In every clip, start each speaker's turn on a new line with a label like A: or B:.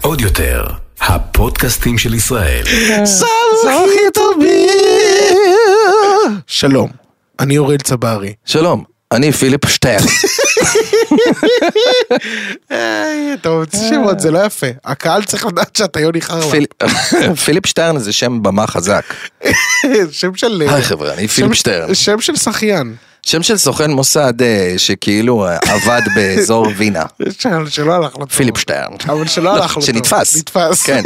A: עוד יותר, הפודקאסטים של ישראל.
B: סמכי תביר. שלום, אני אוריאל צברי.
C: שלום, אני פיליפ שטרן.
B: היי, אתה מוציא שמות, זה לא יפה. הקהל צריך לדעת שאתה יוני חרלה.
C: פיל- פיליפ שטרן זה שם במה חזק.
B: אה, שם של...
C: היי חבר'ה, אני פיליפ
B: שם-
C: שטרן.
B: שם של שחיין.
C: שם של סוכן מוסד אה, שכאילו אה, עבד באזור וינה.
B: של- שלא הלך לו טוב.
C: פיליפ שטרן.
B: אבל שלא
C: לא,
B: הלך לו טוב.
C: שנתפס.
B: נתפס.
C: כן.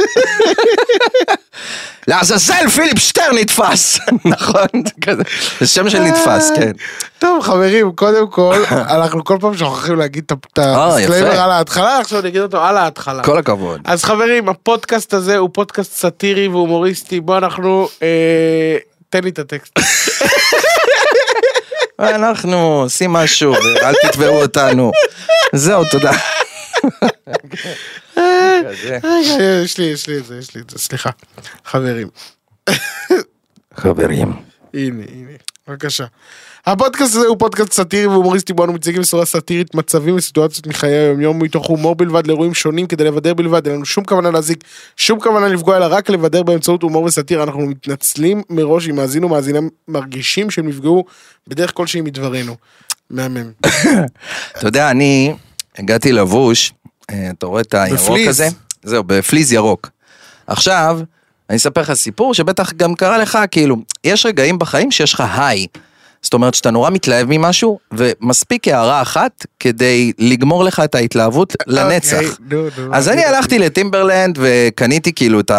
C: לעזאזל פיליפ שטרן נתפס. נכון? זה כזה. זה שם של נתפס,
B: אה.
C: כן.
B: טוב חברים קודם כל אנחנו כל פעם שוכחים להגיד את ה- את
C: אה, יפה.
B: הסקליימר על ההתחלה עכשיו אני אגיד אותו על ההתחלה.
C: כל הכבוד.
B: אז חברים הפודקאסט הזה הוא פודקאסט סאטירי והומוריסטי בוא אנחנו אה, תן לי את הטקסט.
C: אנחנו עושים משהו, אל תתבעו אותנו. זהו, תודה.
B: כן.
C: כזה.
B: רגע, יש לי יש לי את זה יש לי את זה סליחה חברים
C: חברים.
B: הנה הנה בבקשה. הפודקאסט הזה הוא פודקאסט סאטירי והומוריסטי בו אנו מציגים בצורה סאטירית מצבים וסיטואציות מחיי היומיום מתוך הומור בלבד לאירועים שונים כדי לבדר בלבד אין לנו שום כוונה להזיק שום כוונה לפגוע אלא רק לבדר באמצעות הומור וסאטירה אנחנו מתנצלים מראש אם מאזין ומאזינה מרגישים שהם נפגעו בדרך כלשהי מדברנו. מהמם.
C: אתה יודע, אני הגעתי לבוש, אה, אתה רואה את הירוק
B: בפליז.
C: הזה? זהו, בפליז ירוק. עכשיו, אני אספר לך סיפור שבטח גם קרה לך, כאילו, יש רגעים בחיים שיש לך היי. זאת אומרת שאתה נורא מתלהב ממשהו, ומספיק הערה אחת כדי לגמור לך את ההתלהבות לנצח.
B: אוקיי, נו, נו,
C: אז אני
B: אוקיי.
C: הלכתי לטימברלנד וקניתי כאילו את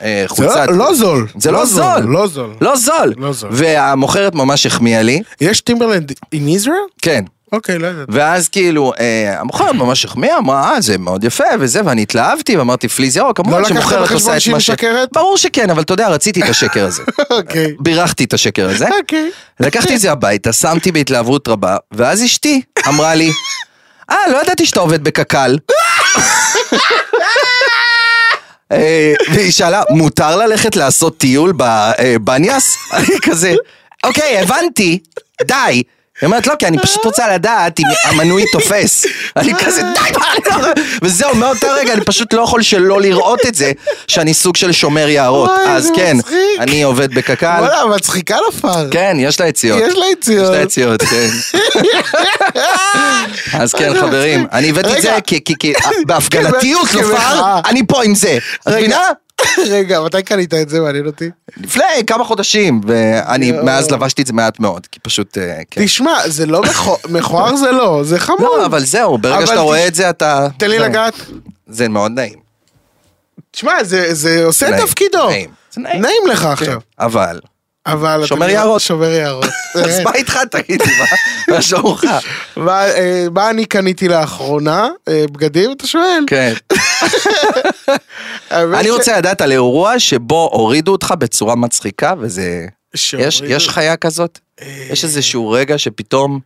B: זה
C: החולצת...
B: לא- לא זול.
C: זה לא זול.
B: לא זול.
C: לא זול.
B: לא זול.
C: והמוכרת ממש החמיאה לי,
B: יש טימברלנד in Israel?
C: כן.
B: אוקיי לא יודעת.
C: ואז כאילו, אה, המוכרת ממש החמיאה, אמרה, אה, זה מאוד יפה וזה, ואני התלהבתי, ואמרתי, פליז ירוק,
B: לא
C: כמובן
B: לקחת
C: שמוכרת
B: בחשבון
C: עושה את
B: שהיא
C: מה ש...
B: משקרת?
C: ברור שכן, אבל אתה יודע, רציתי את השקר הזה.
B: אוקיי.
C: בירכתי את השקר הזה.
B: אוקיי.
C: לקחתי את זה הביתה, שמתי בהתלהבות רבה, ואז אשתי אמרה לי, אה, לא ידעתי שאתה עובד בקק"ל. אה, והיא שאלה, מותר ללכת לעשות טיול בבניאס? אני כזה, אוקיי, הבנתי, די. היא אומרת, לא, כי אני פשוט רוצה לדעת אם המנוי תופס. אני כזה, די, מה, אני לא-" וזהו, מאותו רגע אני פשוט לא יכול שלא לראות את זה, שאני סוג של שומר יערות.
B: וואי,
C: אז
B: זה
C: כן,
B: מצחיק.
C: אני עובד בקק"ל.
B: וואלה מצחיקה לפר.
C: כן, יש לה יציאות.
B: יש לה יציאות.
C: יש לה יציאות, כן. אז כן,
B: זה
C: חברים,
B: מצחיק.
C: אני הבאתי את זה
B: רגע.
C: כי- כי- כי- בהפגנתיות,
B: כמחאה.
C: לופר, אני פה עם זה. את
B: רגע,
C: מבינה?
B: רגע, מתי קנית את זה? מעניין אותי.
C: לפני כמה חודשים, ואני
B: יואו.
C: מאז לבשתי את זה מעט מאוד, כי פשוט, אה, כן.
B: תשמע, זה לא מכו- מכוער זה לא, זה חמור.
C: לא, אבל זהו,
B: אבל
C: ברגע שאתה
B: תש-
C: רואה את זה, אתה...
B: תן לי
C: זהו.
B: לגעת.
C: זה מאוד נעים.
B: תשמע, זה- זה עושה את
C: נעים,
B: תפקידו.
C: נעים. זה נעים.
B: נעים לך עכשיו.
C: אבל,
B: אבל... אתה
C: שומר
B: יודע-
C: יערות.
B: שומר יערות. אה,
C: אז מה איתך תגיד לי, מה- מה שלומך?
B: מה, אה, מה אני קניתי לאחרונה? אה, בגדים, אתה שואל?
C: כן.
B: האמת
C: אני
B: ש-
C: רוצה לדעת על אירוע שבו הורידו אותך בצורה מצחיקה, וזה...
B: שהורידו-
C: יש, יש חיה כזאת?
B: אה,
C: יש איזשהו רגע שפתאום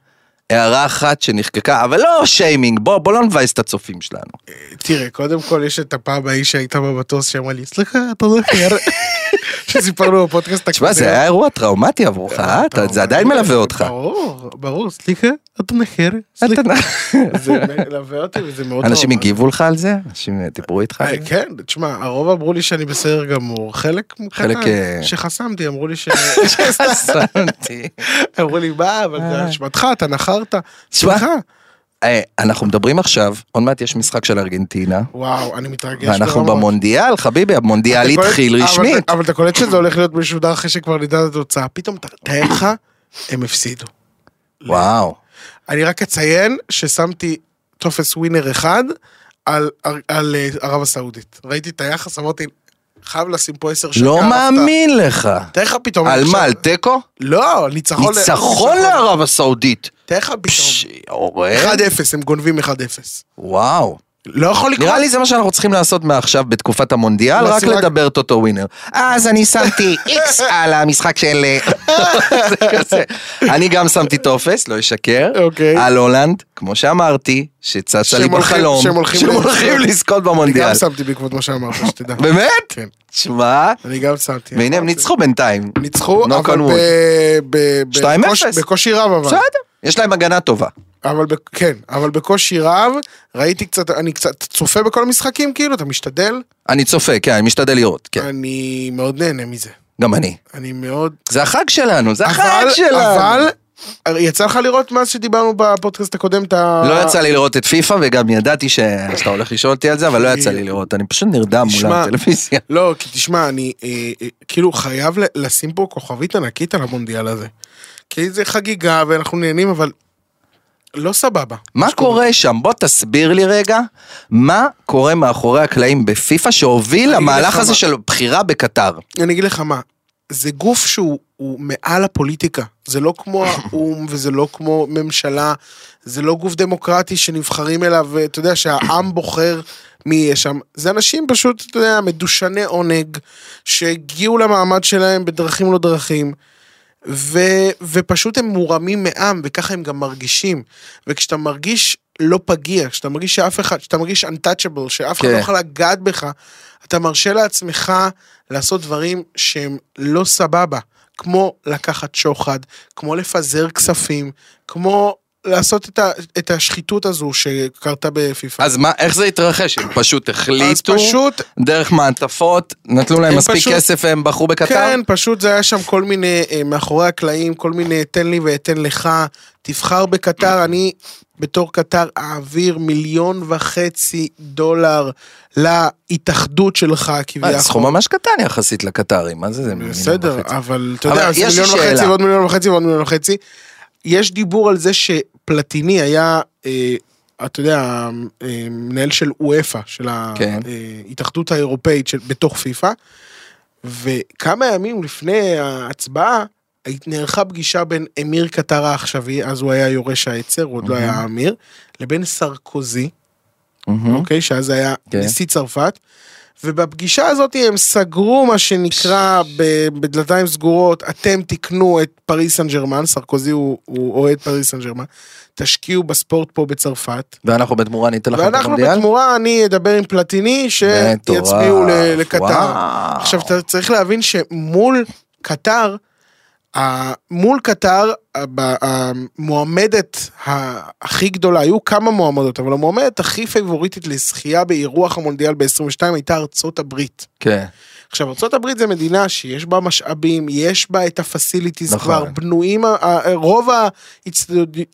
C: הערה אחת שנחקקה, אבל לא שיימינג, בוא, בוא לא נבאס את הצופים שלנו.
B: תראה, קודם כל יש את הפעם ההיא שהייתה במטוס שאמרה לי, סליחה, אתה זוכר? שסיפרנו בפודקאסט הקודם.
C: תשמע, זה היה אירוע טראומטי עבורך, אה? אתה- זה עדיין מלווה אותך.
B: ברור, ברור, סליחה, אתה נחר.
C: אתה-
B: זה מלווה אותי וזה מאוד
C: אנשים
B: טראומטי.
C: הגיבו לך על זה? אנשים אה, דיברו איתך?
B: אה, כן, תשמע, הרוב אמרו לי שאני בסדר גמור, חלק
C: חלק,
B: קטן
C: אה,
B: שחסמתי, אמרו לי ש...
C: שמתי.
B: אמרו לי, מה, אבל זה אשמתך, אתה נחרת.
C: אה. תשמע.
B: סליחה.
C: אה, אנחנו מדברים עכשיו, עוד מעט יש משחק של ארגנטינה,
B: וואו, אני מתרגש.
C: ואנחנו
B: ברמות.
C: במונדיאל, חביבי, המונדיאל
B: אתה קולט-
C: התחיל
B: אבל-
C: רשמית.
B: אבל אתה קולט שזה הולך להיות משודר אחרי שכבר נדע את התוצאה. פתאום אתה- תאר לך, הם הפסידו.
C: וואו.
B: אני רק אציין ששמתי טופס ווינר אחד על, על, על אה, ערב הסעודית. ראיתי את היחס, אמרתי, חייב לשים פה עשר שקל.
C: לא
B: ערבת."
C: מאמין לך.
B: תאר לך פתאום.
C: על
B: עכשיו-
C: מה, על תיקו?
B: לא, ניצחון. ל-
C: ניצחון לערב הסעודית.
B: תאר לך
C: פש,
B: פתאום.
C: עורר.
B: 1-0, הם גונבים 1-0.
C: וואו.
B: לא יכול לקרות.
C: נראה לי זה מה שאנחנו צריכים לעשות מעכשיו בתקופת המונדיאל, רק
B: לשים רק-
C: לדבר את אותו ווינר. אז אני שמתי איקס על המשחק של... אה, זה כזה. אני גם שמתי טופס, לא אשקר,
B: אוקיי.
C: על הולנד, כמו שאמרתי, שצצה לי
B: שהם הולכים-
C: בחלום,
B: שהם הולכים
C: שהם
B: לזכות.
C: הולכים לזכות
B: אני
C: לא במונדיאל.
B: גם שמתי בעקבות מה שאמרת, שתדע.
C: באמת?
B: כן.
C: תשמע,
B: אני גם שמתי.
C: והנה הם
B: אמרתי.
C: ניצחו בינתיים.
B: ניצחו,
C: knock on
B: אבל
C: wood.
B: ב- ב-
C: 2-0.
B: בקושי- בקושי רב אבל.
C: בסדר. יש להם הגנה טובה.
B: אבל ב- כן, אבל בקושי רב, ראיתי קצת, אני קצת צופה בכל המשחקים, כאילו, אתה משתדל?
C: אני צופה, כן, אני משתדל לראות, כן.
B: אה. אני מאוד נהנה מזה.
C: גם אני.
B: אני מאוד...
C: זה החג שלנו, זה החג
B: אבל,
C: שלנו.
B: אבל, יצא לך לראות מאז שדיברנו בפודקאסט הקודם את ה...
C: לא יצא לי לראות את פיפא, וגם ידעתי שאתה הולך לשאול אותי על זה, אבל לא יצא לי לראות, אני פשוט נרדם מול
B: תשמע,
C: הטלוויזיה.
B: לא, כי תשמע, אני אה, אה, כאילו חייב ל- לשים פה כוכבית ענקית על המונדיאל הזה. כי זה חגיגה ואנחנו נהנים, אבל לא סבבה.
C: מה קורה שם? בוא תסביר לי רגע, מה קורה מאחורי הקלעים בפיפא שהוביל
B: אני אגיד
C: למהלך
B: לך
C: הזה
B: מה.
C: של בחירה בקטר?
B: אני אגיד לך מה, זה גוף שהוא הוא מעל הפוליטיקה. זה לא כמו האו"ם וזה לא כמו ממשלה, זה לא גוף דמוקרטי שנבחרים אליו, ואתה יודע שהעם בוחר מי יהיה שם. זה אנשים פשוט, אתה יודע, מדושני עונג, שהגיעו למעמד שלהם בדרכים לא דרכים. ו, ופשוט הם מורמים מעם, וככה הם גם מרגישים. וכשאתה מרגיש לא פגיע, כשאתה מרגיש שאף אחד, כשאתה מרגיש untouchable, שאף אחד
C: כן.
B: לא יכול לגעת בך, אתה מרשה לעצמך לעשות דברים שהם לא סבבה, כמו לקחת שוחד, כמו לפזר כספים, כמו לעשות את, ה, את השחיתות הזו שקרתה בפיפ"א.
C: אז מה, איך זה התרחש? הם פשוט
B: אז
C: החליטו,
B: פשוט,
C: דרך מעטפות, נתנו להם
B: הם
C: מספיק
B: פשוט-
C: כסף והם בחרו בקטר?
B: כן, פשוט זה היה שם כל מיני, אה, מאחורי הקלעים, כל מיני תן לי ואתן לך, תבחר בקטר, אני בתור קטר אעביר מיליון וחצי דולר להתאחדות שלך
C: מה,
B: כביכול.
C: זה אה, סכום ממש קטן יחסית לקטרים, מה זה? זה מיליון
B: בסדר,
C: וחצי.
B: אבל אתה
C: אבל
B: יודע, זה
C: יש לי
B: מיליון וחצי
C: שאלה.
B: ועוד מיליון וחצי ועוד מיליון וחצי. יש דיבור על זה שפלטיני היה, אה, אתה יודע, אה, מנהל של אופה, של
C: כן.
B: ההתאחדות האירופאית של- בתוך פיפ"א, וכמה ימים לפני ההצבעה, היית- נערכה פגישה בין אמיר קטר העכשווי, אז הוא היה יורש העצר, הוא עוד
C: אוקיי.
B: לא היה אמיר, לבין סרקוזי,
C: מהמם.
B: אוקיי? שאז היה
C: כן.
B: נשיא צרפת. ובפגישה הזאת הם סגרו מה שנקרא ב- בדלתיים סגורות, אתם תקנו את פריס סן ג'רמן, סרקוזי הוא הוא אוהד פריס סן ג'רמן, תשקיעו בספורט פה בצרפת,
C: ואנחנו בתמורה ניתן לכם את
B: ואנחנו
C: המונדיאל?
B: בתמורה אני אדבר עם פלטיני
C: מטורף,
B: שיצביעו ל- לקטר.
C: וואו.
B: עכשיו אתה צריך להבין שמול קטר, ה- מול קטר ה- המועמדת ה- הכי גדולה, היו כמה מועמדות, אבל המועמדת הכי פייבוריטית לזכייה באירוח המונדיאל ב-22 הייתה ארצות הברית.
C: כן.
B: עכשיו ארצות הברית זה מדינה שיש בה משאבים, יש בה את הפסיליטיז
C: נכון.
B: כבר בנויים, ה- ה- רוב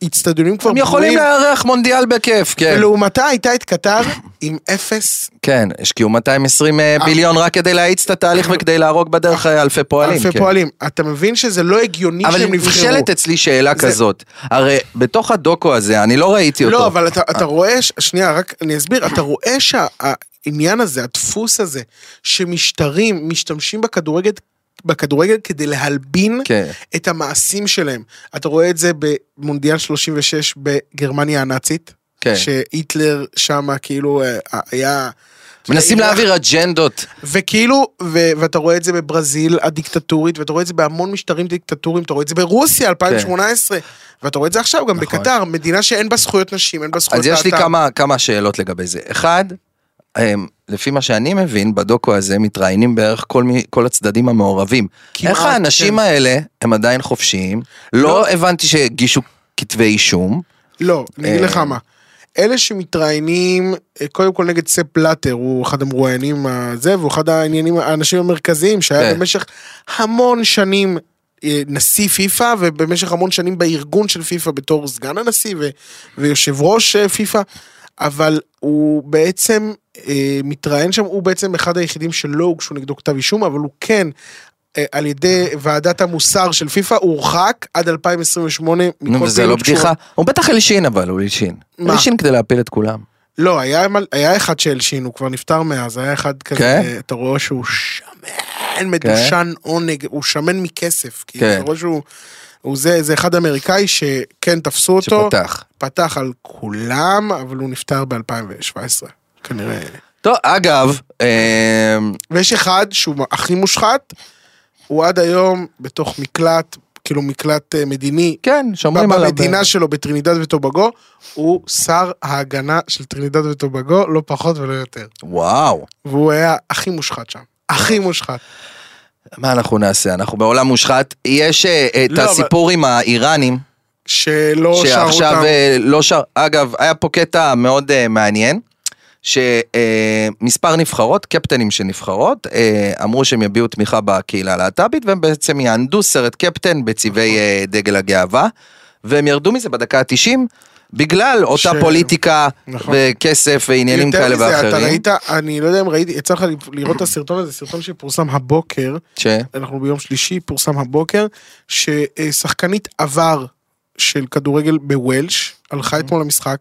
B: האיצטדיונים כבר
C: הם יכולים
B: בנויים.
C: לארח מונדיאל בכיף, כן.
B: ולעומתה הייתה את קטר עם אפס
C: כן, השקיעו 220 אה, ביליון רק כדי להאיץ את התהליך וכדי להרוג בדרך אה, אלפי פועלים.
B: אלפי
C: כן.
B: פועלים. אתה מבין שזה לא הגיוני
C: אבל
B: שהם נבחרו.
C: נשאלת אצלי שאלה
B: זה-
C: כזאת, הרי בתוך הדוקו הזה, אני לא ראיתי אותו.
B: לא, אבל אתה, אתה רואה, ש- שנייה, רק אני אסביר, אתה רואה שהעניין הזה, הדפוס הזה, שמשטרים משתמשים בכדורגל, בכדורגל כדי להלבין
C: כן.
B: את המעשים שלהם. אתה רואה את זה במונדיאל 36 בגרמניה הנאצית,
C: כן.
B: שהיטלר שם כאילו אה, היה...
C: מנסים להעביר אג'נדות.
B: וכאילו, ו- ואתה רואה את זה בברזיל הדיקטטורית, ואתה רואה את זה בהמון משטרים דיקטטוריים, אתה רואה את זה ברוסיה 2018, ואתה רואה את זה עכשיו גם
C: כן. נכון.
B: בקטר, מדינה שאין בה זכויות נשים, אין בה זכויות
C: אז יש לי
B: להט"ב.
C: כמה, כמה שאלות לגבי זה. אחד, הם, לפי מה שאני מבין, בדוקו הזה מתראיינים בערך כל, מי, כל הצדדים המעורבים.
B: כמעט,
C: איך האנשים
B: כן.
C: האלה הם עדיין חופשיים? לא,
B: לא.
C: הבנתי שהגישו כתבי אישום.
B: לא, אני אגיד
C: אה,
B: לך מה. אלה שמתראיינים, אה, קודם כל נגד ספ פלטר, הוא אחד המרואיינים הזה, והוא אחד העניינים, האנשים המרכזיים שהיה
C: כן.
B: במשך המון שנים אה, נשיא פיפ"א, ובמשך המון שנים בארגון של פיפ"א בתור סגן הנשיא ו- ויושב ראש אה, פיפ"א, אבל הוא בעצם אה, מתראיין שם, הוא בעצם אחד היחידים שלא הוגשו נגדו כתב אישום, אבל הוא כן. אה, על ידי ועדת המוסר של פיפ"א הוא הורחק עד 2028 מכל
C: נו, וזה לא
B: פעילות קשורה-
C: בדיחה. הוא בטח הלשין אבל, הוא הלשין.
B: מה?
C: הלשין כדי להפיל את כולם.
B: לא, היה, מל- היה אחד שהלשין, הוא כבר נפטר מאז, היה אחד כזה,
C: כן?
B: אתה רואה שהוא שמן, מדושן עונג, הוא שמן מכסף, כי
C: כן.
B: אתה רואה שהוא, הוא זה, זה אחד אמריקאי שכן תפסו אותו,
C: שפתח.
B: פתח על כולם, אבל הוא נפטר ב-2017, כנראה.
C: טוב, אגב, אה,
B: ויש אחד שהוא הכי מושחת, הוא עד היום בתוך מקלט, כאילו מקלט אה, מדיני,
C: כן, שומרים עליו.
B: במדינה שלו בטרינידד וטובגו, הוא שר ההגנה של טרינידד וטובגו, לא פחות ולא יותר.
C: וואו.
B: והוא היה הכי מושחת שם. הכי מושחת.
C: מה אנחנו נעשה? אנחנו בעולם מושחת. יש אה, את
B: לא, אבל-
C: הסיפור עם האיראנים.
B: שלא שר
C: שעכשיו
B: אותם.
C: אה, לא שר, אגב, היה פה קטע מאוד אה, מעניין, שמספר נבחרות, קפטנים של נבחרות, אה, אמרו שהם יביעו תמיכה בקהילה הלהט"בית, והם בעצם יענדו סרט קפטן
B: נכון.
C: בצבעי אה, דגל הגאווה, והם ירדו מזה בדקה ה-90, בגלל אותה
B: ש-
C: פוליטיקה,
B: נכון.
C: וכסף ועניינים
B: יותר
C: כאלה
B: מזה, אתה
C: ואחרים.
B: ראית, אני לא יודע אם ראיתי, יצא לך לראות את הסרטון הזה, סרטון שפורסם הבוקר,
C: ש...
B: אנחנו ביום שלישי, פורסם הבוקר, ששחקנית עבר של כדורגל בוולש,
C: אוקיי.
B: הלכה אתמול למשחק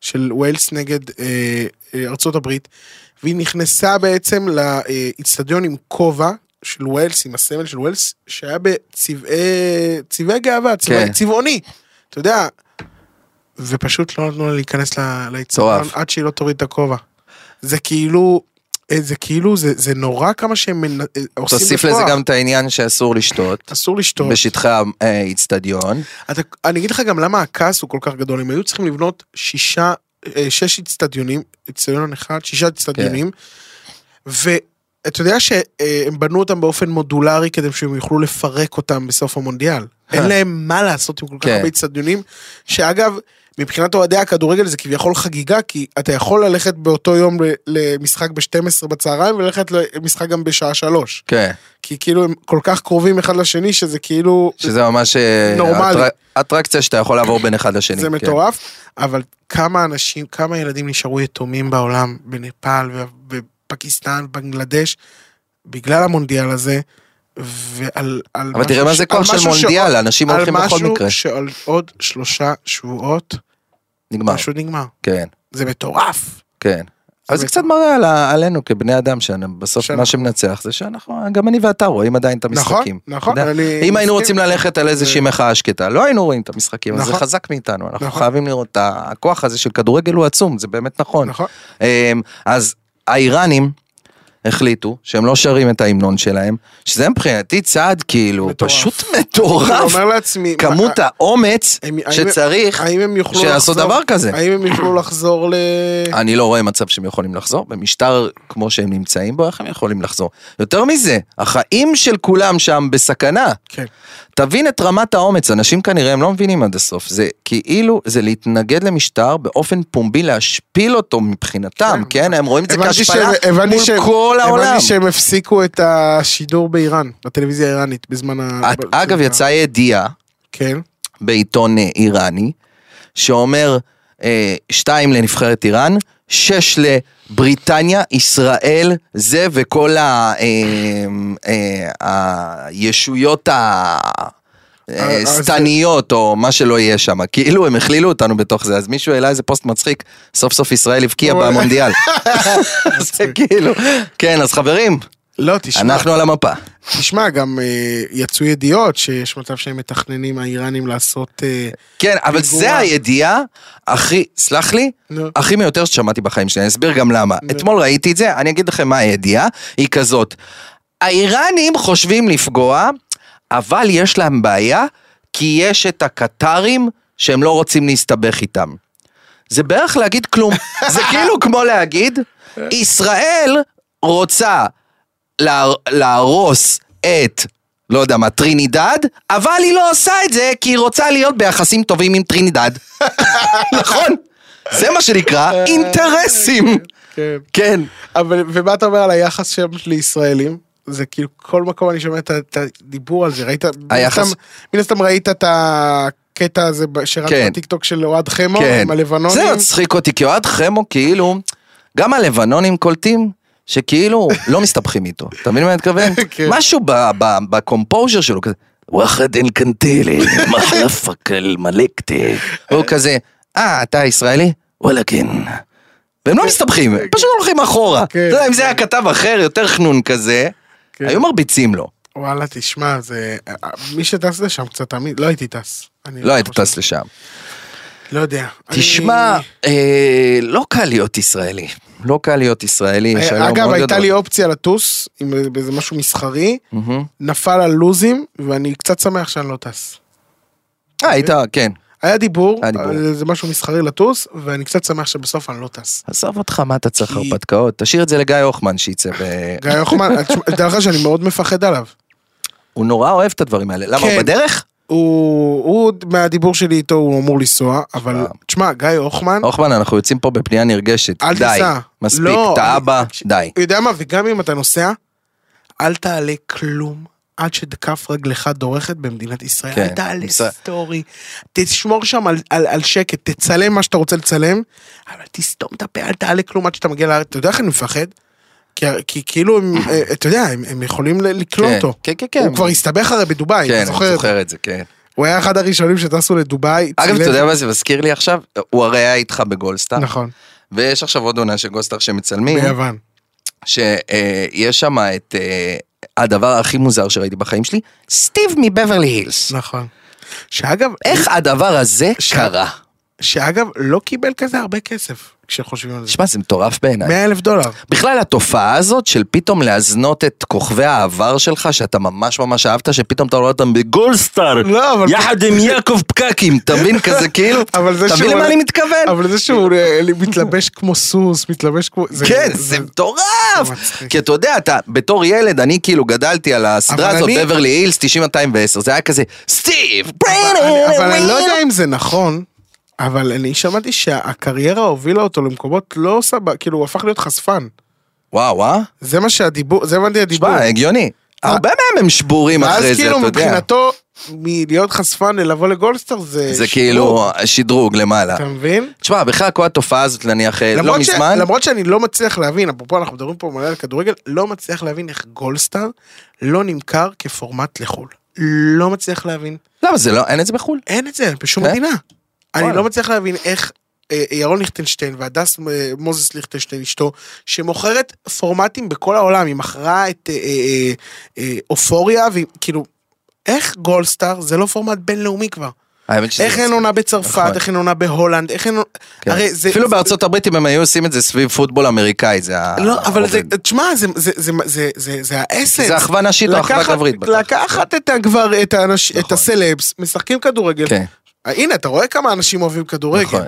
B: של ווילס נגד אה, אה, ארצות הברית, והיא נכנסה בעצם לאיצטדיון עם כובע. של ווילס, עם הסמל של ווילס, שהיה בצבעי צבעי גאווה, צבעי,
C: כן.
B: צבעוני, אתה יודע, ופשוט לא נתנו לה להיכנס ל- לאיצטדיון
C: מטורף.
B: עד שהיא לא תוריד את הכובע. זה כאילו, אה, זה כאילו, זה, זה נורא כמה שהם מנ- אה, עושים
C: תוסיף לזה גם את העניין שאסור לשתות.
B: אסור לשתות.
C: בשטחי אה, האיצטדיון,
B: אתה, אני אגיד לך גם למה הכעס הוא כל כך גדול, הם היו צריכים לבנות שישה, אה, שש אצטדיונים, אצטדיון אחד, שישה אצטדיונים, ואתה יודע שהם בנו אותם באופן מודולרי כדי שהם יוכלו לפרק אותם בסוף המונדיאל. אין להם מה לעשות עם כל כך
C: כן.
B: הרבה אצטדיונים, שאגב, מבחינת אוהדי הכדורגל זה כביכול חגיגה, כי אתה יכול ללכת באותו יום ל- למשחק ב-12 בצהריים וללכת למשחק גם בשעה 3.
C: כן,
B: כי כאילו הם כל כך קרובים אחד לשני שזה כאילו...
C: שזה ממש אה,
B: נורמלי.
C: אטרק- אטרקציה שאתה יכול לעבור בין אחד לשני.
B: זה
C: כן.
B: מטורף, אבל כמה אנשים, כמה ילדים נשארו יתומים בעולם, בנפאל ופקיסטן, בנגלדש, בגלל המונדיאל הזה, ועל... על
C: אבל תראה
B: משהו
C: מה
B: ש-
C: זה כוח
B: על
C: של
B: משהו ש-
C: מונדיאל, אנשים
B: על
C: הולכים בכל מקרה.
B: משהו שעל עוד שלושה שבועות,
C: נגמר.
B: פשוט נגמר.
C: כן,
B: זה מטורף.
C: כן. אבל זה
B: מטורף.
C: קצת מראה על ה- עלינו כבני אדם, שבסוף
B: שאנחנו-
C: מה שמנצח זה שאנחנו, גם אני ואתה רואים עדיין את
B: נכון,
C: המשחקים.
B: נכון.
C: אתה יודע,
B: אני
C: אם היינו
B: מסכים.
C: רוצים ללכת על איזושהי מחאה שקטה, לא היינו רואים את המשחקים, אז זה
B: נכון.
C: חזק מאיתנו, אנחנו
B: נכון.
C: חייבים לראות, את ה- הכוח הזה של כדורגל הוא עצום, זה באמת נכון.
B: נכון.
C: אמ, אז האיראנים החליטו שהם לא שרים את ההמנון שלהם, שזה מבחינתי צעד כאילו
B: מטורף.
C: פשוט
B: אני
C: מטורף,
B: אומר אה, לעצמי... מה-
C: כמות האומץ
B: האם- האם-
C: שצריך
B: האם הם יוכלו
C: שיעשו
B: לחזור-
C: דבר כזה.
B: האם הם יוכלו לחזור ל...
C: אני לא רואה מצב שהם יכולים לחזור, במשטר כמו שהם נמצאים בו, איך הם יכולים לחזור? יותר מזה, החיים של כולם שם בסכנה.
B: כן.
C: תבין את רמת האומץ, אנשים כנראה הם לא מבינים עד הסוף, זה כאילו, זה להתנגד למשטר באופן פומבי, להשפיל אותו מבחינתם, כן? הם רואים את זה
B: הבנתי
C: כהשפלה
B: שהם- הבנתי
C: מול
B: שהם-
C: כל העולם.
B: הבנתי שהם הפסיקו את השידור באיראן, בטלוויזיה האיראנית, בזמן ה...
C: את- אגב, יצאה ידיעה
B: כן.
C: בעיתון אה, איראני, שאומר אה, שתיים לנבחרת איראן, שש לבריטניה, ישראל, זה וכל ה, אה, אה, הישויות ה... אה,
B: אז-
C: שטניות או מה שלא יהיה שם, כאילו הם הכלילו אותנו בתוך זה, אז מישהו העלה איזה פוסט מצחיק, סוף סוף ישראל הבקיעה
B: אוי.
C: במונדיאל. זה כאילו, כן אז חברים,
B: לא, תשמע,
C: אנחנו על המפה.
B: תשמע, גם אה, יצאו ידיעות שיש מצב שהם מתכננים האיראנים לעשות... אה,
C: כן, אבל
B: פיגוע.
C: זה הידיעה הכי, סלח לי,
B: נו.
C: הכי מיותר ששמעתי בחיים שלי, אני אסביר גם למה. אתמול ראיתי את זה, אני אגיד לכם מה הידיעה, היא כזאת. האיראנים חושבים לפגוע, אבל יש להם בעיה, כי יש את הקטרים שהם לא רוצים להסתבך איתם. זה בערך להגיד כלום. זה כאילו כמו להגיד, ישראל רוצה לה- להרוס את, לא יודע מה, טרינידד, אבל היא לא עושה את זה כי היא רוצה להיות ביחסים טובים עם טרינידד. נכון? זה מה שנקרא אינטרסים.
B: כן.
C: כן.
B: אבל, ומה אתה אומר על היחס שם לישראלים? זה כאילו כל מקום אני שומע את ה- את הדיבור על זה, ראית? מן
C: היחס-
B: הסתם- מן הסתם ראית את הקטע הזה ב- שרץ
C: כן.
B: בטיקטוק של אוהד חמו
C: כן.
B: עם הלבנונים?
C: זה מצחיק אותי, כי אוהד חמו כאילו, גם הלבנונים קולטים. שכאילו לא מסתבכים איתו, אתה מבין מה אני מתכוון?
B: כן.
C: משהו ב- ב- בקומפוז'ר שלו כזה, וואחד אין קנטלי, מחלפק אל מלקטי. והוא כזה, אה, אתה ישראלי? וואלה כן. והם לא מסתבכים, הם פשוט הולכים אחורה. אתה
B: כן.
C: יודע, אם זה היה כתב אחר, יותר חנון כזה,
B: כן.
C: היו מרביצים לו.
B: וואלה, תשמע, זה... אה, מי שטס לשם קצת, תמיד, לא הייתי טס. אני
C: לא היית
B: חושב-
C: טס לשם.
B: לא יודע.
C: תשמע,
B: אני-
C: אה, לא קל להיות ישראלי. לא קל להיות ישראלי. יש היום
B: אה, אגב,
C: מאוד
B: הייתה
C: גדול.
B: לי אופציה לטוס, עם איזה משהו מסחרי,
C: מהמם.
B: נפל על לוזים, ואני קצת שמח שאני לא טס.
C: אה, היית, כן.
B: היה דיבור,
C: היה דיבור.
B: על איזה משהו מסחרי לטוס, ואני קצת שמח שבסוף אני לא טס.
C: עזוב אותך, מה אתה צריך
B: כי-
C: הרפתקאות? תשאיר את זה לגיא הוחמן שייצא ב...
B: גיא יוחמן, תשמע, תדע לך שאני מאוד מפחד עליו.
C: הוא נורא אוהב את הדברים האלה. למה,
B: כן.
C: הוא בדרך?
B: הוא, הוא, מהדיבור שלי איתו הוא אמור לנסוע, אבל תשמע, גיא הוחמן,
C: הוכמן, אנחנו יוצאים פה בפנייה נרגשת.
B: אל
C: די.
B: תיסע.
C: מספיק,
B: לא,
C: אתה
B: אני-
C: אבא, די.
B: אתה יודע מה, וגם אם אתה נוסע, אל תעלה כלום. עד שכף רגלך דורכת במדינת ישראל,
C: כן,
B: אל תעלה
C: בסדר.
B: סטורי, תשמור שם על, על, על שקט, תצלם מה שאתה רוצה לצלם, אבל תסתום את הפה, אל תעלה כלום עד שאתה מגיע לארץ, אתה יודע איך אני מפחד? כי, כי כאילו, הם, אה, אתה יודע, הם, הם יכולים ל- לכלוא
C: כן,
B: אותו.
C: כן, כן, כן.
B: הוא כבר הסתבך הרי בדובאי,
C: כן,
B: אתה
C: אני
B: זוכר?
C: זוכר את זה, כן.
B: הוא היה אחד הראשונים שטסו לדובאי.
C: אגב,
B: צילם-
C: אתה יודע מה זה מזכיר לי עכשיו? הוא הרי היה איתך בגולדסטאר.
B: נכון,
C: ויש עכשיו עוד עונה של גולדסטאר שמצלמים,
B: ביוון.
C: שיש שם את אה, הדבר הכי מוזר שראיתי בחיים שלי, סטיב מבברלי הילס.
B: נכון. שאגב,
C: איך הדבר הזה
B: ש-
C: קרה?
B: שאגב, לא קיבל כזה הרבה כסף, כשחושבים על זה.
C: שמע, זה מטורף בעיניי.
B: 100 אלף דולר.
C: בכלל התופעה הזאת של פתאום להזנות את כוכבי העבר שלך שאתה ממש ממש אהבת שפתאום אתה רואה אותם בגולדסטאר
B: לא, אבל-
C: יחד עם יעקב פקקים אתה מבין כזה כאילו
B: אבל זה
C: אתה מבין
B: שהוא-
C: למה אני מתכוון
B: אבל זה שהוא אה, מתלבש כמו סוס, מתלבש כמו... זה-
C: כן זה מטורף
B: זה מצחיק.
C: כי אתה יודע אתה בתור ילד אני כאילו גדלתי על הסדרה
B: אבל
C: הזאת
B: אני-
C: בברלי הילס 90-210 זה היה כזה סטיב
B: אני- אבל אני לא יודע אם זה נכון, אבל אני שמעתי שהקריירה הובילה אותו למקומות לא סבבה, כאילו הוא הפך להיות חשפן.
C: וואו וואו
B: זה מה שהדיבור, זה הבנתי הדיבור.
C: תשמע הגיוני הרבה מהם הם שבורים
B: ואז
C: אחרי זה
B: כאילו
C: אתה יודע
B: מבחינתו, מלהיות חשפן ללבוא לגולדסטאר זה...
C: זה
B: שיפור,
C: כאילו שדרוג למעלה.
B: אתה מבין?
C: תשמע, בכלל כל התופעה הזאת נניח אה, לא
B: כן. למרות ש-
C: מזמן,
B: למרות שאני לא מצליח להבין, אפרופו אנחנו מדברים פה מלא על כדורגל, לא מצליח להבין איך גולדסטאר לא נמכר כפורמט לחו"ל. לא מצליח להבין.
C: למה זה לא, אין את זה בחו"ל.
B: אין את זה בשום
C: כן?
B: מדינה. אני
C: וואלה.
B: לא מצליח להבין איך אה, ירון ליכטנשטיין והדס אה, מוזס ליכטנשטיין אשתו, שמוכרת פורמטים בכל העולם, היא מכרה את אה, אה, אה, אופוריה, והיא כאילו, איך גולדסטאר זה לא פורמט בינלאומי כבר?
C: האמת שזה
B: איך אין
C: מצחיק.
B: עונה
C: נכון.
B: בצרפת, איך אין עונה בהולנד, איך אין עונה...
C: כן.
B: הרי זה...
C: אפילו
B: זה-
C: בארצות הברית אם הם היו עושים את זה סביב פוטבול אמריקאי, זה ה...
B: לא, אבל זה,
C: הרובד.
B: תשמע, זה- זה- זה- זה- זה- זה האסנס.
C: אה, אוקיי. זה הכוונה נשית או הכוונה
B: לקחת-
C: גברית. בטח.
B: לקחת את הגבר, את האנש- את
C: נכון.
B: הסלבס, משחקים כדורגל. אה,
C: כן,
B: הנה, אתה רואה כמה אנשים אוהבים כדורגל.
C: נכון.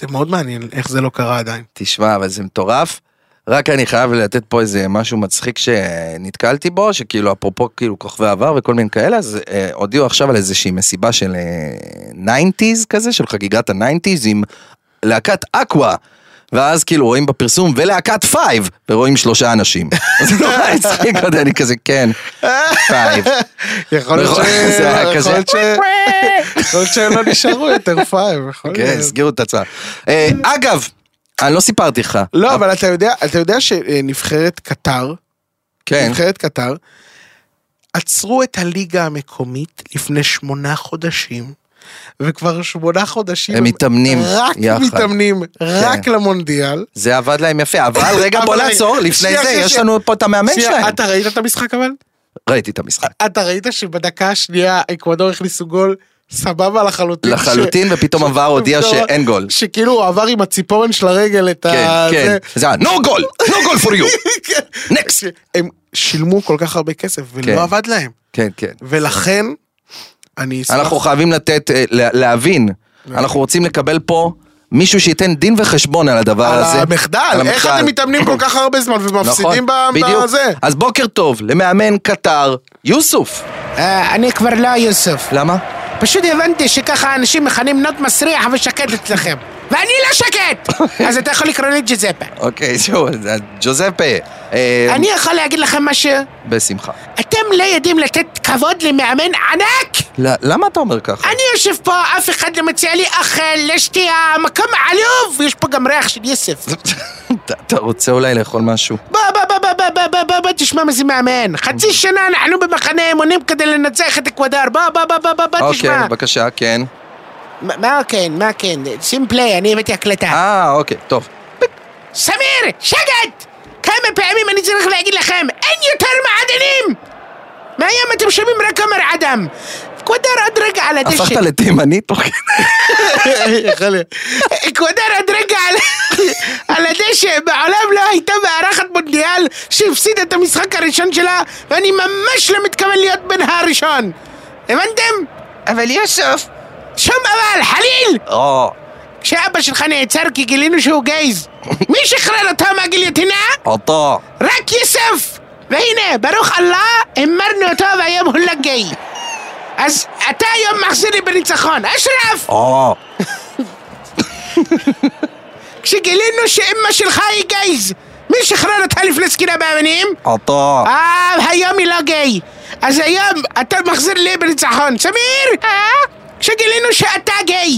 B: זה מאוד מעניין איך זה לא קרה עדיין.
C: תשמע, אבל זה מטורף. רק אני חייב לתת פה איזה משהו מצחיק שנתקלתי בו, שכאילו אפרופו כאילו כוכבי עבר וכל מיני כאלה, אז אה, הודיעו עכשיו על איזושהי מסיבה של אה, ניינטיז כזה, של חגיגת הניינטיז עם להקת אקווה. ואז כאילו רואים בפרסום ולהקת פייב ורואים שלושה אנשים. זה נורא הצחיק אותי, אני כזה כן, פייב. כן,
B: יכול להיות
C: נכון,
B: ש-
C: זה היה
B: יכול
C: כזה.
B: להיות ש... יכול להיות שהם לא נשארו יותר פייב. יכול
C: כן,
B: להיות.
C: הסגירו את עצמם. אה, אגב, אני לא סיפרתי לך.
B: לא, אבל אתה יודע, אתה יודע שנבחרת קטר,
C: כן,
B: נבחרת קטר, עצרו את הליגה המקומית לפני שמונה חודשים, וכבר שמונה חודשים
C: הם מתאמנים
B: רק
C: יחד. כן.
B: מתאמנים, רק למונדיאל.
C: זה עבד להם יפה, אבל רגע בוא
B: אבל רגע,
C: נעצור, לפני
B: שנייה,
C: זה
B: שנייה,
C: יש
B: שנייה.
C: לנו פה את המאמן
B: שנייה,
C: שלהם.
B: אתה ראית את המשחק אבל?
C: ראיתי את המשחק.
B: אתה ראית שבדקה השנייה אקוודור הכניסו גול סבבה לחלוטין.
C: לחלוטין, ופתאום עבר הודיע
B: לא.
C: שאין גול.
B: שכאילו הוא עבר עם הציפורן של הרגל את
C: כן,
B: ה...
C: כן,
B: אה, זה.
C: זה היה no goal, no goal for you, next.
B: הם שילמו כל כך הרבה כסף
C: כן.
B: ולא עבד להם.
C: כן, כן.
B: ולכן, אני אשמח...
C: אנחנו חייבים לתת, אה, לה- להבין,
B: אה.
C: אנחנו רוצים לקבל פה מישהו שייתן דין וחשבון על הדבר
B: על
C: הזה.
B: המחדל, איך
C: המחדל.
B: אתם מתאמנים כל כך הרבה זמן ומפסידים
C: נכון, בדיוק.
B: בזה?
C: אז בוקר טוב למאמן קטר, יוסוף.
D: אה,
B: אני כבר לא יוסף.
C: למה?
B: פשוט הבנתי שככה אנשים מכנים נות מסריח ושקט אצלכם. ואני לא שקט! אז אתה יכול לקרוא לי ג'זפה.
C: אוקיי, שוב, זה ג'וזפה. אה,
D: אני יכול להגיד לכם משהו?
C: בשמחה.
D: אתם לא יודעים לתת כבוד למאמן ענק?
C: ל- למה אתה אומר ככה?
D: אני יושב פה, אף אחד לא מציע לי אוכל, לא שתייה, מקום עלוב! יש פה גם ריח של יסף.
C: אתה- אתה רוצה אולי לאכול משהו?
D: בוא, בוא, בוא, בוא, בוא, בוא, בוא, בוא, בוא, תשמע מה זה מאמן.
B: אוקיי.
D: חצי שנה אנחנו במחנה אימונים כדי לנצח את אקוודר. בוא, בוא, בוא, בוא, בוא, בוא, תשמע.
C: אוקיי, בבקשה, כן.
D: מה- מה כן, מה כן? שים פליי, אני הבאתי הקלטה.
C: אה, אוקיי, טוב.
D: סמיר, שקט! כמה פעמים אני צריך להגיד לכם, אין יותר מעדנים! מהים אתם שומעים רק אומר אדם. אקוודר עוד רגע על הדשא.
C: הפכת לתימני כן. תוך כדי.
B: יכול להיות.
D: אקוודר עד רגע על, על הדשא, בעולם לא הייתה מארחת מונדיאל שהפסידה את המשחק הראשון שלה, ואני ממש לא מתכוון להיות בין הראשון. הבנתם? אבל יוסף... שום אבל, חליל!
C: או,
D: כשאבא שלך נעצר כי גילינו שהוא גייז. מי שחרר אותו מהגיליוטינה?
C: אותו.
D: רק יוסף! והנה, ברוך אללה, המרנו אותו והיום הוא לא גיי. אז אתה היום מחזיר לי בניצחון. אשרף,
C: או,
D: כשגילינו שאימא שלך היא גייז, מי שחרר אותה לפני סקירה באבנים?
C: אותו.
D: אה, היום היא לא גיי. אז היום אתה מחזיר לי בניצחון. סמיר! כשגילינו שאתה גיי,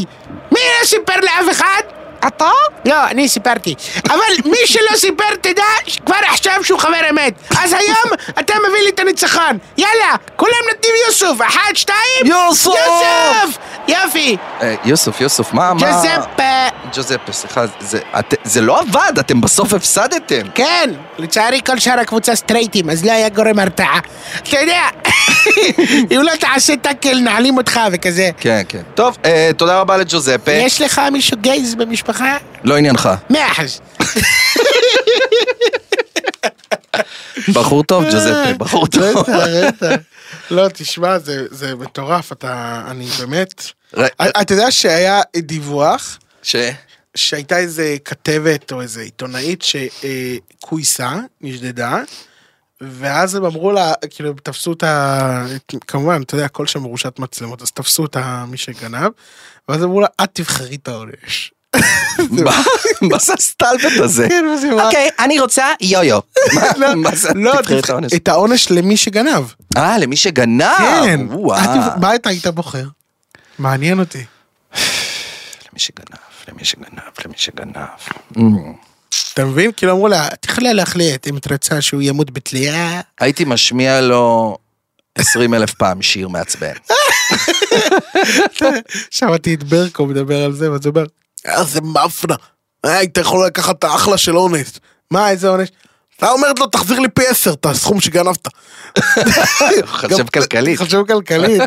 D: מי לא סיפר לאף אחד? אתה? לא, אני סיפרתי. אבל מי שלא סיפר, תדע כבר עכשיו שהוא חבר אמת. אז היום אתה מביא לי את הניצחון. יאללה, כולם נותנים יוסוף. אחת, שתיים?
C: יוסוף!
D: יוסוף! יופי.
C: אה, יוסוף, יוסוף, מה, מה?
D: ג'זפה.
C: ג'וזפה, סליחה, זה- את- זה לא עבד, אתם בסוף הפסדתם.
D: כן, לצערי כל שאר הקבוצה סטרייטים, אז לא היה גורם הרתעה. אתה יודע, אם לא תעשה טאקל, נעלים אותך וכזה.
C: כן, כן. טוב, אה, תודה רבה לג'וזפה.
D: יש לך מישהו גייז במשפחה?
C: לא עניינך.
D: מאה אחוז.
C: בחור טוב, ג'וזפה, בחור טוב.
B: אה, בטח, בטח. לא, תשמע, זה- זה מטורף, אתה, אני באמת...
C: ר-
B: אתה יודע שהיה דיווח
C: ש...
B: שהייתה איזה כתבת או איזה עיתונאית שכויסה, נשדדה, ואז הם אמרו לה, כאילו, הם תפסו את ה... את- כמובן, אתה יודע, הכל שם מרושת מצלמות, אז תפסו את ה- מי שגנב, ואז אמרו לה, את תבחרי את העונש.
C: מה- מה זה הסטלבט הזה?
B: כן, מה זה, מה?
C: אוקיי, אני רוצה יו-יו. מה- מה זה?
B: לא,
C: תבחרי את
B: תבח-
C: העונש.
B: את העונש למי שגנב.
C: אה, למי שגנב.
B: כן.
C: וואו.
B: את תבח- מה אתה היית בוחר? מעניין אותי.
C: למי שגנב, למי שגנב, למי שגנב. Mm.
B: אתה מבין? כאילו אמרו לה,
D: את יכולה להחליט אם את רוצה שהוא ימות בתלייה.
C: הייתי משמיע לו 20 אלף פעם שיר מעצבן.
B: שמעתי את ברקו מדבר על זה, ואז הוא אומר, איזה מאפנה, היית יכול לקחת את האחלה של אונס. מה, איזה אונס? אתה אומרת לו, תחזיר לי פי עשר את הסכום שגנבת.
C: חשב כלכלית.
B: אה, חשב כלכלית.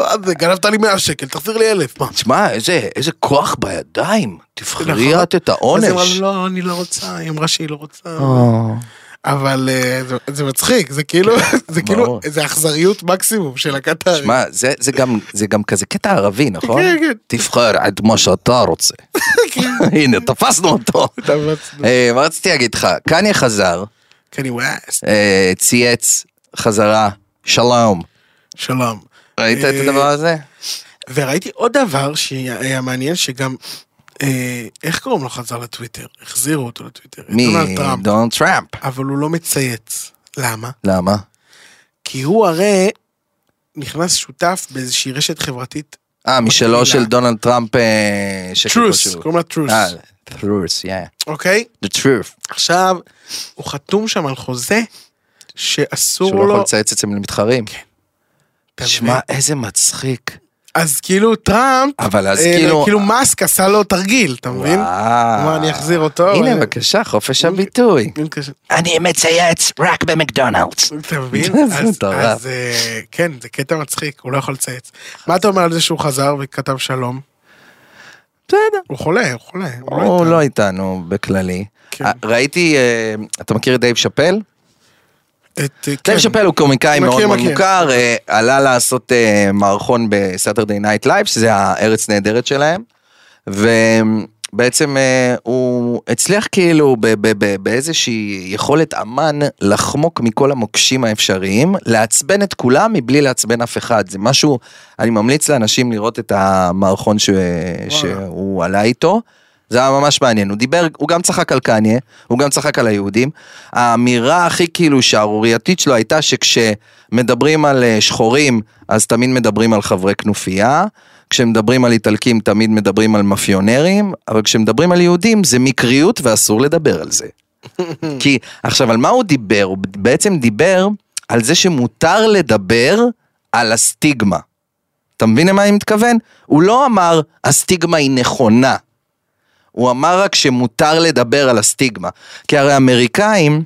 B: מה "אה, זה, גנבת לי 100 שקל, תחזיר לי אלף, מה?
C: תשמע, איזה איזה כוח בידיים. תבחרי
B: נכון.
C: את את
B: אז היא אמרה,
C: העונש.
B: לא, אני לא רוצה, היא אמרה שהיא לא רוצה. אבל אה, זה- זה מצחיק, זה כאילו, זה כאילו,
C: ברור.
B: זה אכזריות מקסימום של הקטר.
C: תשמע, זה, זה, גם, זה גם כזה קטע ערבי, נכון?
B: כן, כן.
C: תבחר עד מה שאתה רוצה.
B: כאילו,
C: הנה, תפסנו אותו. אה, מה רציתי להגיד לך? קניה חזר,
B: קני וואס,
C: אה, צייץ חזרה, שלום.
B: שלום.
C: ראית את
B: אה,
C: הדבר הזה?
B: וראיתי עוד דבר שהיה מעניין שגם, אה, איך קוראים לו חזר לטוויטר? החזירו אותו לטוויטר. את דונלד טראמפ.
C: מדונלד טראמפ.
B: אבל הוא לא מצייץ. למה?
C: למה?
B: כי הוא הרי נכנס שותף באיזושהי רשת חברתית,
C: אה, משלו
B: מקבילה.
C: של דונלד טראמפ אה, שקל
B: טרוס,
C: כלשהו.
B: קוראים לה טרוס,
C: אה, טרוס, יא.
B: אוקיי?
C: The truth.
B: עכשיו, הוא חתום שם על חוזה שאסור
C: שהוא לא יכול
B: לו...
C: לצייץ אצל מתחרים.
B: אתה
C: תשמע,
B: מבין?
C: איזה מצחיק.
B: אז כאילו טראמפ,
C: אבל אז
B: אה,
C: כאילו...
B: כאילו מאסק עשה לו תרגיל, אתה מבין?
C: וואו.
B: אמר, "אני אחזיר אותו", אה,
C: הנה,
B: אבל-
C: בבקשה, חופש הביטוי.
B: אם קשה-
C: אני מצייץ רק במקדונלדס.
B: אתה מבין?
C: זה
B: אז-
C: מטורף.
B: אז אה, כן, זה קטע מצחיק, הוא לא יכול לצייץ. מה אתה אומר על זה שהוא חזר וכתב שלום?
C: בסדר.
B: הוא חולה, הוא חולה. הוא לא
C: הוא
B: איתנו.
C: לא איתנו בכללי.
B: כן.
C: אה, ראיתי, אה, אתה מכיר את דייב שאפל?
B: את, אה, כן.
C: דייב שאפל הוא קומיקאי
B: מכיר,
C: מאוד מאוד
B: מכיר.
C: מוכר, אה, עלה לעשות אה, מערכון בסאטרדי נייט לייב, שזה הארץ נהדרת שלהם, ובעצם אה, הוא הצליח כאילו ב- ב- ב- באיזושהי יכולת אמן לחמוק מכל המוקשים האפשריים, לעצבן את כולם מבלי לעצבן אף אחד, זה משהו, אני ממליץ לאנשים לראות את המערכון ש- שהוא עלה איתו. זה היה ממש מעניין, הוא דיבר, הוא גם צחק על קניה, הוא גם צחק על היהודים. האמירה הכי כאילו שערורייתית שלו הייתה שכשמדברים על אה, שחורים, אז תמיד מדברים על חברי כנופיה, כשמדברים על איטלקים תמיד מדברים על מאפיונרים, אבל כשמדברים על יהודים זה מקריות ואסור לדבר על זה. כי עכשיו על מה הוא דיבר? הוא בעצם דיבר על זה שמותר לדבר על הסטיגמה. אתה מבין למה אני מתכוון? הוא לא אמר הסטיגמה היא נכונה. הוא אמר רק שמותר לדבר על הסטיגמה. כי הרי האמריקאים,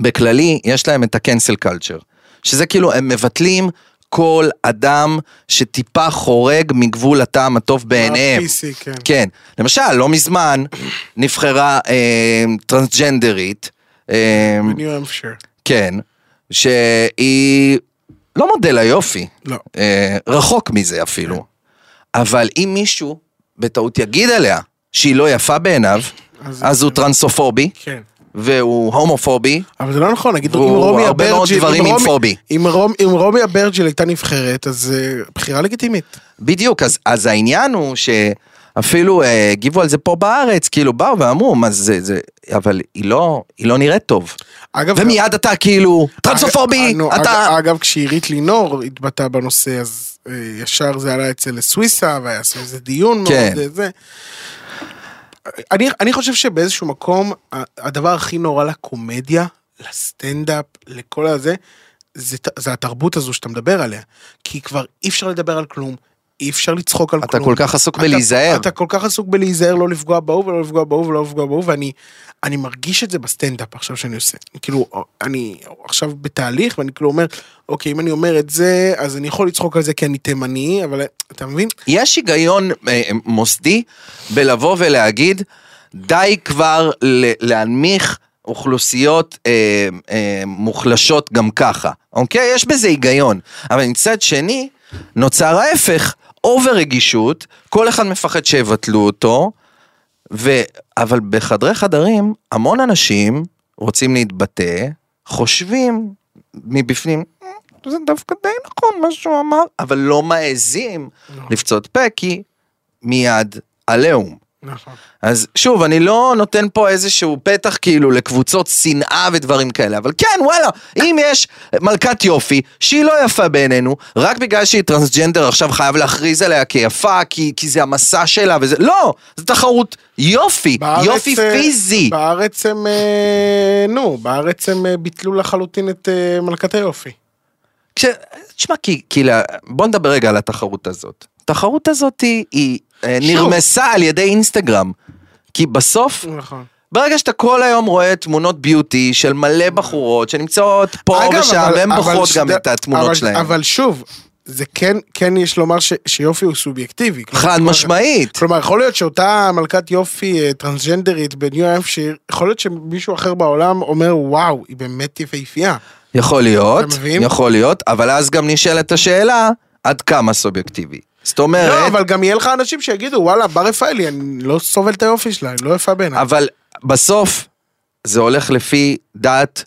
C: בכללי, יש להם את הקנסל קלצ'ר. שזה כאילו, הם מבטלים כל אדם שטיפה חורג מגבול הטעם הטוב בעיניהם.
B: ה-PC, כן.
C: כן. למשל, לא מזמן נבחרה אה, טרנסג'נדרית, אה,
B: ניו אמפשר.
C: כן, שהיא לא מודל היופי,
B: לא.
C: אה, רחוק מזה אפילו, אבל אם מישהו בטעות יגיד עליה שהיא לא יפה בעיניו,
B: אז-
C: אז הוא טרנסופובי,
B: כן.
C: והוא הומופובי,
B: אבל זה לא נכון, נגיד אם
C: והוא
B: רומי
C: הרבה מאוד
B: אברג'יל,
C: דברים
B: אם
C: עם
B: רומי-
C: פובי.
B: אם רומ- אם רומי אברג'יל הייתה נבחרת, אז אה, בחירה לגיטימית.
C: בדיוק, אז, אז העניין הוא שאפילו אה, הגיבו על זה פה בארץ, כאילו באו ואמרו, מה זה, זה, אבל היא לא, היא לא נראית טוב.
B: אגב,
C: ומיד אתה כאילו, טרנסופובי,
B: אגב, נו,
C: אתה...
B: אגב- אגב, כשעירית לינור התבטאה בנושא, אז אה, ישר זה עלה אצל סוויסה, והיה סביב זה דיון מאוד
C: כן.
B: אה, זה. אני, אני חושב שבאיזשהו מקום, ה- הדבר הכי נורא לקומדיה, לסטנדאפ, לכל הזה, זה, ת- זה התרבות הזו שאתה מדבר עליה. כי כבר אי אפשר לדבר על כלום, אי אפשר לצחוק על
C: אתה
B: כלום.
C: כל כך עסוק
B: אתה-
C: בלהיזהר.
B: אתה כל כך עסוק בלהיזהר לא לפגוע בהוא ולא לפגוע בהוא ולא לפגוע בהוא, ואני אני מרגיש את זה בסטנדאפ עכשיו שאני עושה. כאילו, אני עכשיו בתהליך, ואני כאילו אומר, אוקיי, אם אני אומר את זה, אז אני יכול לצחוק על זה כי אני תימני, אבל אתה מבין?
C: יש היגיון אה, מוסדי בלבוא ולהגיד, די כבר ל- להנמיך אוכלוסיות אה, אה, מוחלשות גם ככה, אוקיי? יש בזה היגיון. אבל מצד שני, נוצר ההפך, אובר רגישות, כל אחד מפחד שיבטלו אותו, ו... אבל בחדרי חדרים, המון אנשים רוצים להתבטא, חושבים מבפנים, "אה, זה דווקא די נכון מה שהוא אמר, אבל לא מעזים לפצות פה, כי מיד עליהום.
B: נכון.
C: אז שוב, אני לא נותן פה איזשהו פתח כאילו לקבוצות שנאה ודברים כאלה, אבל כן, וואלה, אם יש מלכת יופי שהיא לא יפה בעינינו, רק בגלל שהיא טרנסג'נדר עכשיו חייב להכריז עליה כיפה, כי, כי זה המסע שלה וזה, לא, זו תחרות יופי,
B: בארץ,
C: יופי
B: אה,
C: פיזי.
B: בארץ הם, אה, נו, בארץ הם אה, ביטלו לחלוטין את אה, מלכת היופי.
C: כש- תשמע, כי, כי לה... בוא נדבר רגע על התחרות הזאת. התחרות הזאת היא, היא אה,
B: שוב.
C: נרמסה על ידי אינסטגרם, כי בסוף...
B: נכון.
C: ברגע שאתה כל היום רואה תמונות ביוטי של מלא בחורות שנמצאות פה
B: אגב,
C: ושם,
B: אבל-
C: והן
B: אבל
C: בוחרות
B: ש-
C: גם את
B: אבל-
C: התמונות שלהן.
B: אבל שוב, זה כן, כן יש לומר ש- שיופי הוא סובייקטיבי.
C: חד
B: כלומר,
C: משמעית.
B: כלומר, יכול להיות שאותה מלכת יופי אה, טרנסג'נדרית בניו אמפשיר, יכול להיות שמישהו אחר בעולם אומר, וואו, היא באמת יפהפייה.
C: יכול להיות,
B: אתה מבין?
C: יכול להיות, אבל אז גם נשאלת השאלה, עד כמה סובייקטיבי. זאת
B: לא,
C: אומרת,
B: אבל גם יהיה לך אנשים שיגידו, וואלה, בר רפאלי, אני לא סובל את היופי שלה, היא לא יפה בעיניי.
C: אבל בסוף זה הולך לפי דעת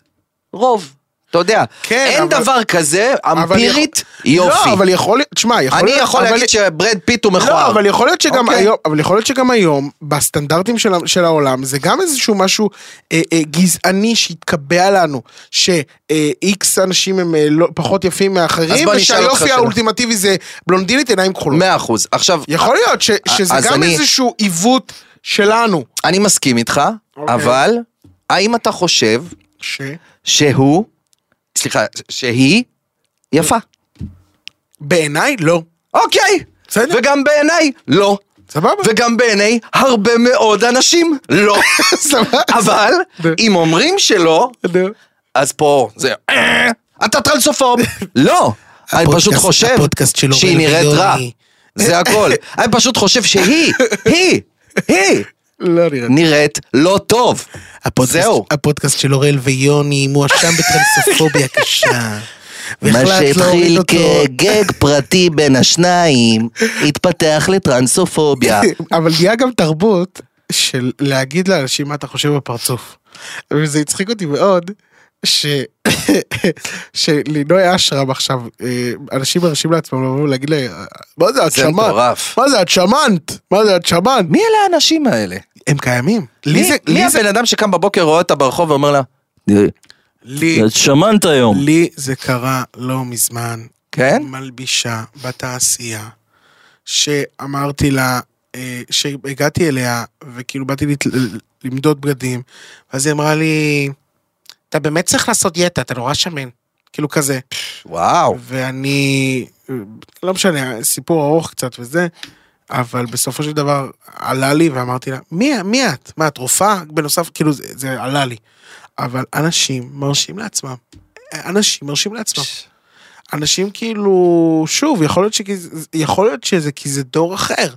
C: רוב. אתה יודע,
B: כן,
C: אין
B: אבל-
C: דבר כזה
B: אבל
C: אמפירית
B: יכול-
C: יופי.
B: לא, אבל יכול להיות, תשמע, יכול
C: אני
B: להיות...
C: יכול
B: אבל-
C: להגיד שברד פיט הוא מכוער.
B: לא, אבל יכול להיות שגם
C: אוקיי.
B: היום, אבל יכול להיות שגם היום, בסטנדרטים של, ה- של העולם, זה גם איזשהו משהו אה, אה, גזעני שהתקבע לנו, שאיקס אנשים הם אה, לא, פחות יפים
C: אז
B: מאחרים,
C: בוא נשאל אותך
B: ושהיופי
C: שאלה.
B: האולטימטיבי זה בלונדינית עיניים כחולות.
C: מאה אחוז. עכשיו,
B: יכול להיות ש, שזה
C: אה, אז
B: גם
C: אני-
B: איזשהו עיוות שלנו.
C: אני מסכים איתך,
B: אוקיי.
C: אבל האם אתה חושב
B: ש...
C: שהוא, סליחה, שהיא יפה.
B: בעיניי לא.
C: אוקיי.
B: בסדר.
C: וגם בעיניי לא.
B: סבבה.
C: וגם בעיני הרבה מאוד אנשים לא.
B: סבבה.
C: אבל אם אומרים שלא,
B: נו.
C: אז פה זה... "אה, אתה טרנסופוב. לא. אני פשוט
B: הפודקאסט-
C: חושב
B: הפודקאסט של
C: שהיא
B: אורל
C: נראית רע.
B: ויוני.
C: זה הכל. אני פשוט חושב שהיא, היא, היא,
B: לא נראה.
C: נראית לא טוב.
D: הפודקאסט,
C: זהו.
D: הפודקאסט של אוראל ויוני מואשם בטרנסופוביה קשה.
C: מה
D: והחלטת להוריד
C: שהתחיל
D: אותו.
C: כגג פרטי בין השניים, התפתח לטרנסופוביה.
B: אבל נהיה גם תרבות של להגיד לאנשים מה אתה חושב בפרצוף. וזה הצחיק אותי מאוד. ש... שלינוי אשרם עכשיו, אה, אנשים מרשים לעצמם לבוא ולהגיד לה, מה זה את
C: זה
B: שמעת?
C: מטורף.
B: מה זה את שמעת? מה זה את שמעת?
C: מי אלה האנשים האלה?
B: הם קיימים. לי
C: מי-
B: זה,
C: מי
B: לי זה,
C: הבן אדם שקם בבוקר רואה אותה ברחוב ואומר לה, "אה, לא,
B: לי,
C: שמנת היום.
B: לי זה קרה לא מזמן.
C: כן?
B: מלבישה בתעשייה, שאמרתי לה, אה, שהגעתי אליה, וכאילו באתי לת... למדוד בגדים, ואז היא אמרה לי, אתה באמת צריך לעשות דיאטה, אתה נורא שמן. כאילו כזה.
C: וואו.
B: ואני, לא משנה, סיפור ארוך קצת וזה, אבל בסופו של דבר עלה לי ואמרתי לה, מי, מי את? מה, את רופאה? בנוסף, כאילו, זה, זה עלה לי. אבל אנשים מרשים לעצמם. אנשים מרשים לעצמם. אנשים כאילו, שוב, יכול להיות, שכי, יכול להיות שזה כי זה דור אחר.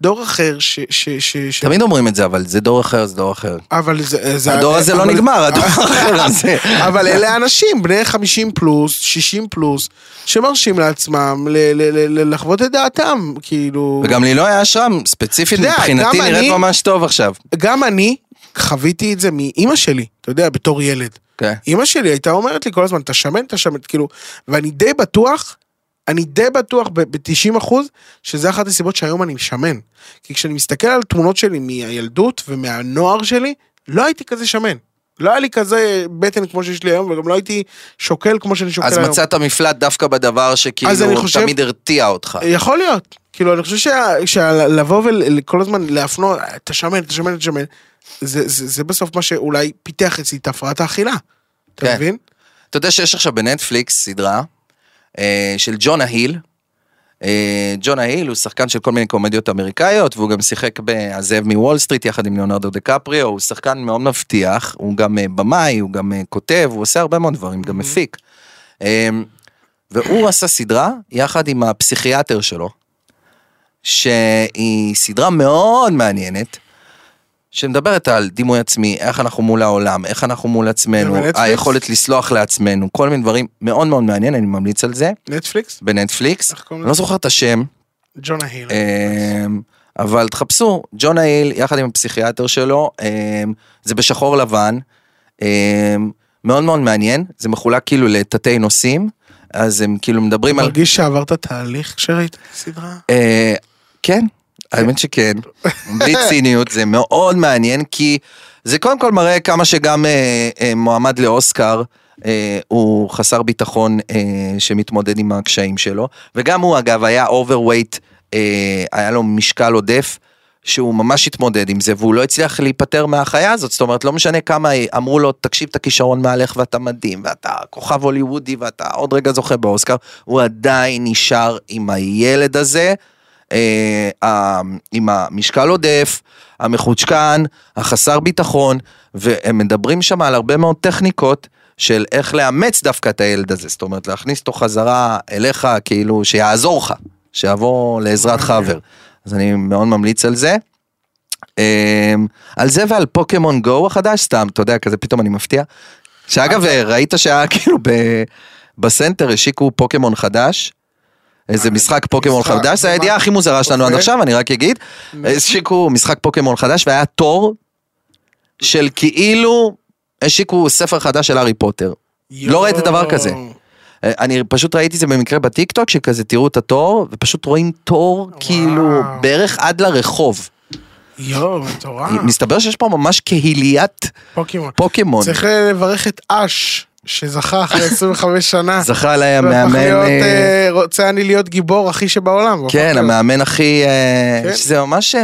B: דור אחר ש... ש, ש, ש
C: תמיד אומרים את זה, אבל זה דור אחר, זה דור אחר.
B: אבל זה... זה
C: הדור הזה לא
B: אבל-
C: נגמר, הדור האחר הזה.
B: אבל אלה אנשים, בני 50 פלוס, 60 פלוס, שמרשים לעצמם ל- ל- ל- ל- לחוות את דעתם, כאילו...
C: וגם לינוי אשרם, ספציפית
B: אתה יודע,
C: מבחינתי
B: גם
C: נראית
B: אני-
C: ממש טוב עכשיו.
B: גם אני, חוויתי את זה מאימא שלי, אתה יודע, בתור ילד.
C: כן.
B: אימא שלי הייתה אומרת לי כל הזמן, אתה שמן, אתה שמן, כאילו, ואני די בטוח, אני די בטוח ב-90 אחוז, שזה אחת הסיבות שהיום אני שמן. כי כשאני מסתכל על תמונות שלי מהילדות ומהנוער שלי, לא הייתי כזה שמן. לא היה לי כזה בטן כמו שיש לי היום, וגם לא הייתי שוקל כמו שאני שוקל
C: אז
B: היום.
C: מצאת מפלט דווקא בדבר
B: אז אני
C: שכאילו
B: חושב-
C: תמיד הרתיע אותך.
B: יכול להיות. כאילו, אני חושב שה- שלבוא וכל הזמן להפנות, אתה שמן, אתה שמן, אתה שמן, זה, זה, זה בסוף מה שאולי פיתח אצלי את הפרעת האכילה. אתה
C: כן.
B: מבין?
C: אתה יודע שיש עכשיו בנטפליקס סדרה אה, של ג'ונה היל. אה, ג'ונה היל הוא שחקן של כל מיני קומדיות אמריקאיות, והוא גם שיחק ב"הזאב מוול סטריט" יחד עם ליאונרדו דקפריו, הוא שחקן מאוד מבטיח, הוא גם אה, במאי, הוא גם אה, כותב, הוא עושה הרבה מאוד דברים, גם מפיק. אה, והוא עשה סדרה יחד עם הפסיכיאטר שלו, שהיא סדרה מאוד מעניינת. שמדברת על דימוי עצמי, איך אנחנו מול העולם, איך אנחנו מול עצמנו,
B: זה בנטפליקס?
C: היכולת לסלוח לעצמנו, כל מיני דברים מאוד מאוד מעניין, אני ממליץ על זה,
B: נטפליקס?
C: בנטפליקס,
B: איך קוראים
C: אני לא
B: לזה?
C: זוכר את השם,
B: ג'ונה היל.
C: אמ, אבל תחפשו, ג'ון הייל יחד עם הפסיכיאטר שלו, אמ, זה בשחור לבן, אמ, מאוד מאוד מעניין, זה מחולק כאילו לתתי נושאים, אז הם כאילו מדברים על...
B: מרגיש שעברת תהליך כשראית את הסדרה?
C: אה, כן, האמת שכן, בלי ציניות, זה מאוד מעניין, כי זה קודם כל מראה כמה שגם אה, אה, מועמד לאוסקר, אה, הוא חסר ביטחון אה, שמתמודד עם הקשיים שלו, וגם הוא אגב היה אוברווייט, אה, היה לו משקל עודף. שהוא ממש התמודד עם זה והוא לא הצליח להיפטר מהחיה הזאת, זאת אומרת לא משנה כמה אמרו לו תקשיב את הכישרון מעליך ואתה מדהים ואתה כוכב הוליוודי ואתה עוד רגע זוכה באוסקר, הוא עדיין נשאר עם הילד הזה, אה, ה- עם המשקל עודף, המחוצ'קן, החסר ביטחון, והם מדברים שם על הרבה מאוד טכניקות של איך לאמץ דווקא את הילד הזה, זאת אומרת להכניס אותו חזרה אליך, כאילו שיעזור לך, שיבוא לעזרת חבר. אז אני מאוד ממליץ על זה. אמ, על זה ועל פוקימון גו החדש סתם, אתה יודע, כזה פתאום אני מפתיע. שאגב, ראית שהיה כאילו ב... בסנטר השיקו פוקימון חדש, איזה משחק פוקימון
B: משחק,
C: חדש, זה
B: ומה?
C: הידיעה הכי מוזרה שלנו עד
B: אוקיי.
C: עכשיו, אני רק אגיד. אה, השיקו משחק פוקימון חדש והיה תור של כאילו השיקו ספר חדש של הארי פוטר. לא ראיתי דבר כזה. אה, אני פשוט ראיתי זה במקרה בטיקטוק, שכזה תראו את התור, ופשוט רואים תור כאילו בערך עד לרחוב.
B: יואו, מטורף.
C: מסתבר שיש פה ממש קהיליית
B: פוקימון.
C: פוקימון.
B: צריך אה, לברך את אש, שזכה אחרי 25 שנה.
C: זכה עליי
B: והפך
C: המאמן,
B: להיות,
C: אה,
B: אה, רוצה אני להיות גיבור הכי שבעולם. והפך
C: כן,
B: להיות-
C: המאמן הכי, אה,
B: כן.
C: שזה ממש אה,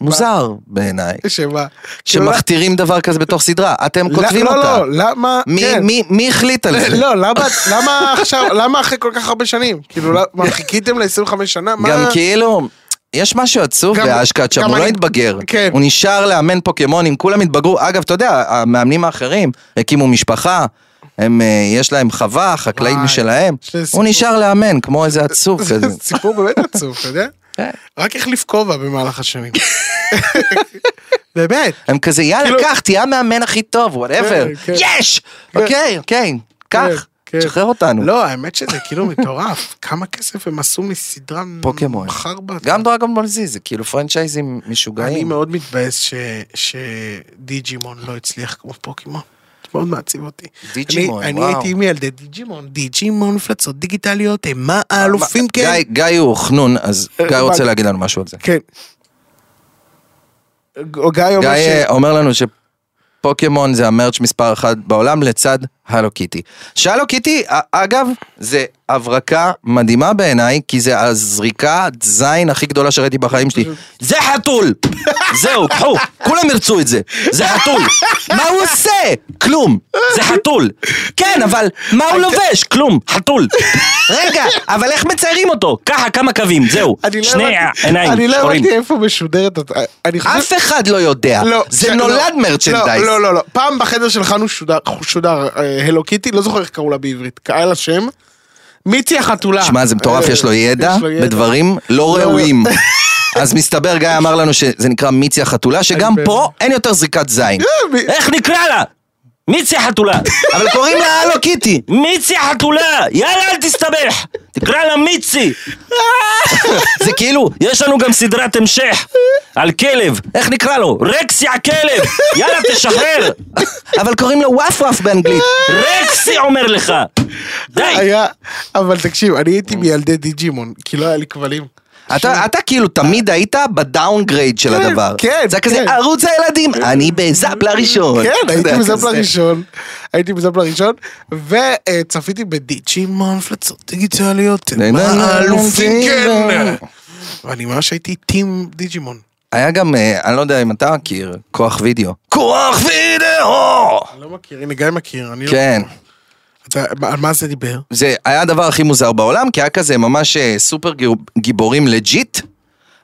C: מוזר בעיניי.
B: שמה- כאילו,
C: שמכתירים דבר כזה בתוך סדרה, אתם
B: לא-
C: כותבים
B: לא,
C: אותה.
B: לא, למה...
C: מי-
B: כן.
C: מי- מי החליט על זה?
B: לא, למה- למה עכשיו, למה אחרי כל כך הרבה שנים? כאילו, למה- מה, חיכיתם ל-25 שנה? מה-
C: גם כאילו, יש משהו עצוב
B: גם-
C: באשכד שם,
B: גם
C: הוא לא
B: אני-
C: התבגר.
B: כן.
C: הוא נשאר לאמן פוקימונים, כולם התבגרו. אגב, אתה יודע, המאמנים האחרים הקימו משפחה, הם, אה, יש להם חווה, חקלאית
B: וואי,
C: משלהם.
B: שזה
C: הוא
B: סיפור.
C: נשאר לאמן, כמו איזה עצוב כזה.
B: זה סיפור באמת עצוב, אתה יודע?
C: כן.
B: רק החליף כובע במהלך השנים. באמת.
C: הם כזה, יאללה,
B: כאילו-
C: קח, תהיה המאמן הכי טוב, וואטאבר.
B: כן, כן.
C: יש! אוקיי, אוקיי,
B: כן,
C: קח,
B: כן.
C: תשחרר אותנו.
B: לא, האמת שזה כאילו מטורף. כמה כסף הם עשו מסדרה
C: פוקימון.
B: חרבא.
C: גם דרגון בולזי, זה כאילו פרנצ'ייזים
B: אני
C: משוגעים.
B: מאוד מתבאס ש- שדיג'ימון לא הצליח כמו פוקימון. זה מאוד מעציב אותי.
C: דיג'ימון,
B: אני,
C: וואו.
B: אני הייתי מילדי דיג'ימון, דיג'ימון, מפלצות דיגיטליות, אימה האלופים כן.
C: גיא- גיא הוא חנון, אז
B: אה,
C: גיא רוצה
B: מה-
C: להגיד לנו משהו על זה.
B: כן. ג- גיא אומר
C: גיא
B: ש...
C: אה, אומר לנו שפוקימון זה המרץ' מספר אחת בעולם לצד הלו קיטי. שהלו קיטי, א- אגב, זה הברקה מדהימה בעיניי, כי זה הזריקת זין הכי גדולה שראיתי בחיים שלי. זה חתול! זהו, קחו, כולם ירצו את זה. זה חתול. מה הוא עושה? כלום. זה חתול. כן, אבל מה הוא לובש? כלום. חתול. רגע, אבל איך מציירים אותו? ככה, כמה קווים, זהו.
B: אני לא
C: שני
B: הבנתי-
C: העיניים
B: אני לא
C: שחורים.
B: הבנתי איפה משודרת. את- אני חושב...
C: אף אחד לא יודע,
B: לא, ש-
C: זה
B: לא,
C: נולד מרצ'נדייז.
B: לא, לא, לא, לא. פעם בחדר של חנו שודר- שודר אה, הלו קיטי, לא זוכר איך קראו לה בעברית, קרא לה שם. מיצי החתולה.
C: שמע, זה מטורף,
B: אה,
C: יש לו ידע
B: יש לו ידע.
C: בדברים לא
B: לא, לא.
C: ראויים. אז מסתבר, גיא אמר לנו שזה נקרא מיצי החתולה, שגם
B: אני
C: פה אין יותר זריקת זין.
B: אה, מ-
C: איך נקרא לה?
E: מיצי חתולה!
C: אבל קוראים לה הלו קיטי.
E: מיצי חתולה! יאללה, אל תסתבך! תקרא לה מיצי!
C: זה כאילו,
E: יש לנו גם סדרת המשך על כלב, איך נקרא לו? רקסי הכלב! יאללה, תשחרר!
C: אבל קוראים לו וואף וואף באנגלית. אה,
E: רקסי אומר לך! די!
B: היה, אבל תקשיב, אני הייתי מילדי דיג'ימון, כי לא היה לי כבלים.
C: אתה, אתה כאילו תמיד היית בדאונגרייד של
B: כן,
C: הדבר.
B: כן,
C: זה כזה
B: כן.
C: ערוץ הילדים, אני בזאפלה ראשון.
B: כן,
C: זה
B: הייתי
C: היה
B: מזפלה
C: כזה.
B: ראשון, הייתי מזפלה ראשון, וצפיתי בדיג'ימון, הפלצות דיגיטליות,
C: נה,
B: מה
C: נה, נה,
B: האלופים,
C: נה,
B: כן.
C: נה.
B: ואני ממש הייתי טים דיג'ימון.
C: היה גם, אה, אני לא יודע אם אתה מכיר, כוח וידאו. כוח וידאו!
B: אני לא מכיר, הנה גיא מכיר, אני לא...
C: כן.
B: אתה- מה- על מה זה דיבר?
C: זה היה הדבר הכי מוזר בעולם, כי היה כזה ממש אה, סופר גיבור- גיבורים לג'יט,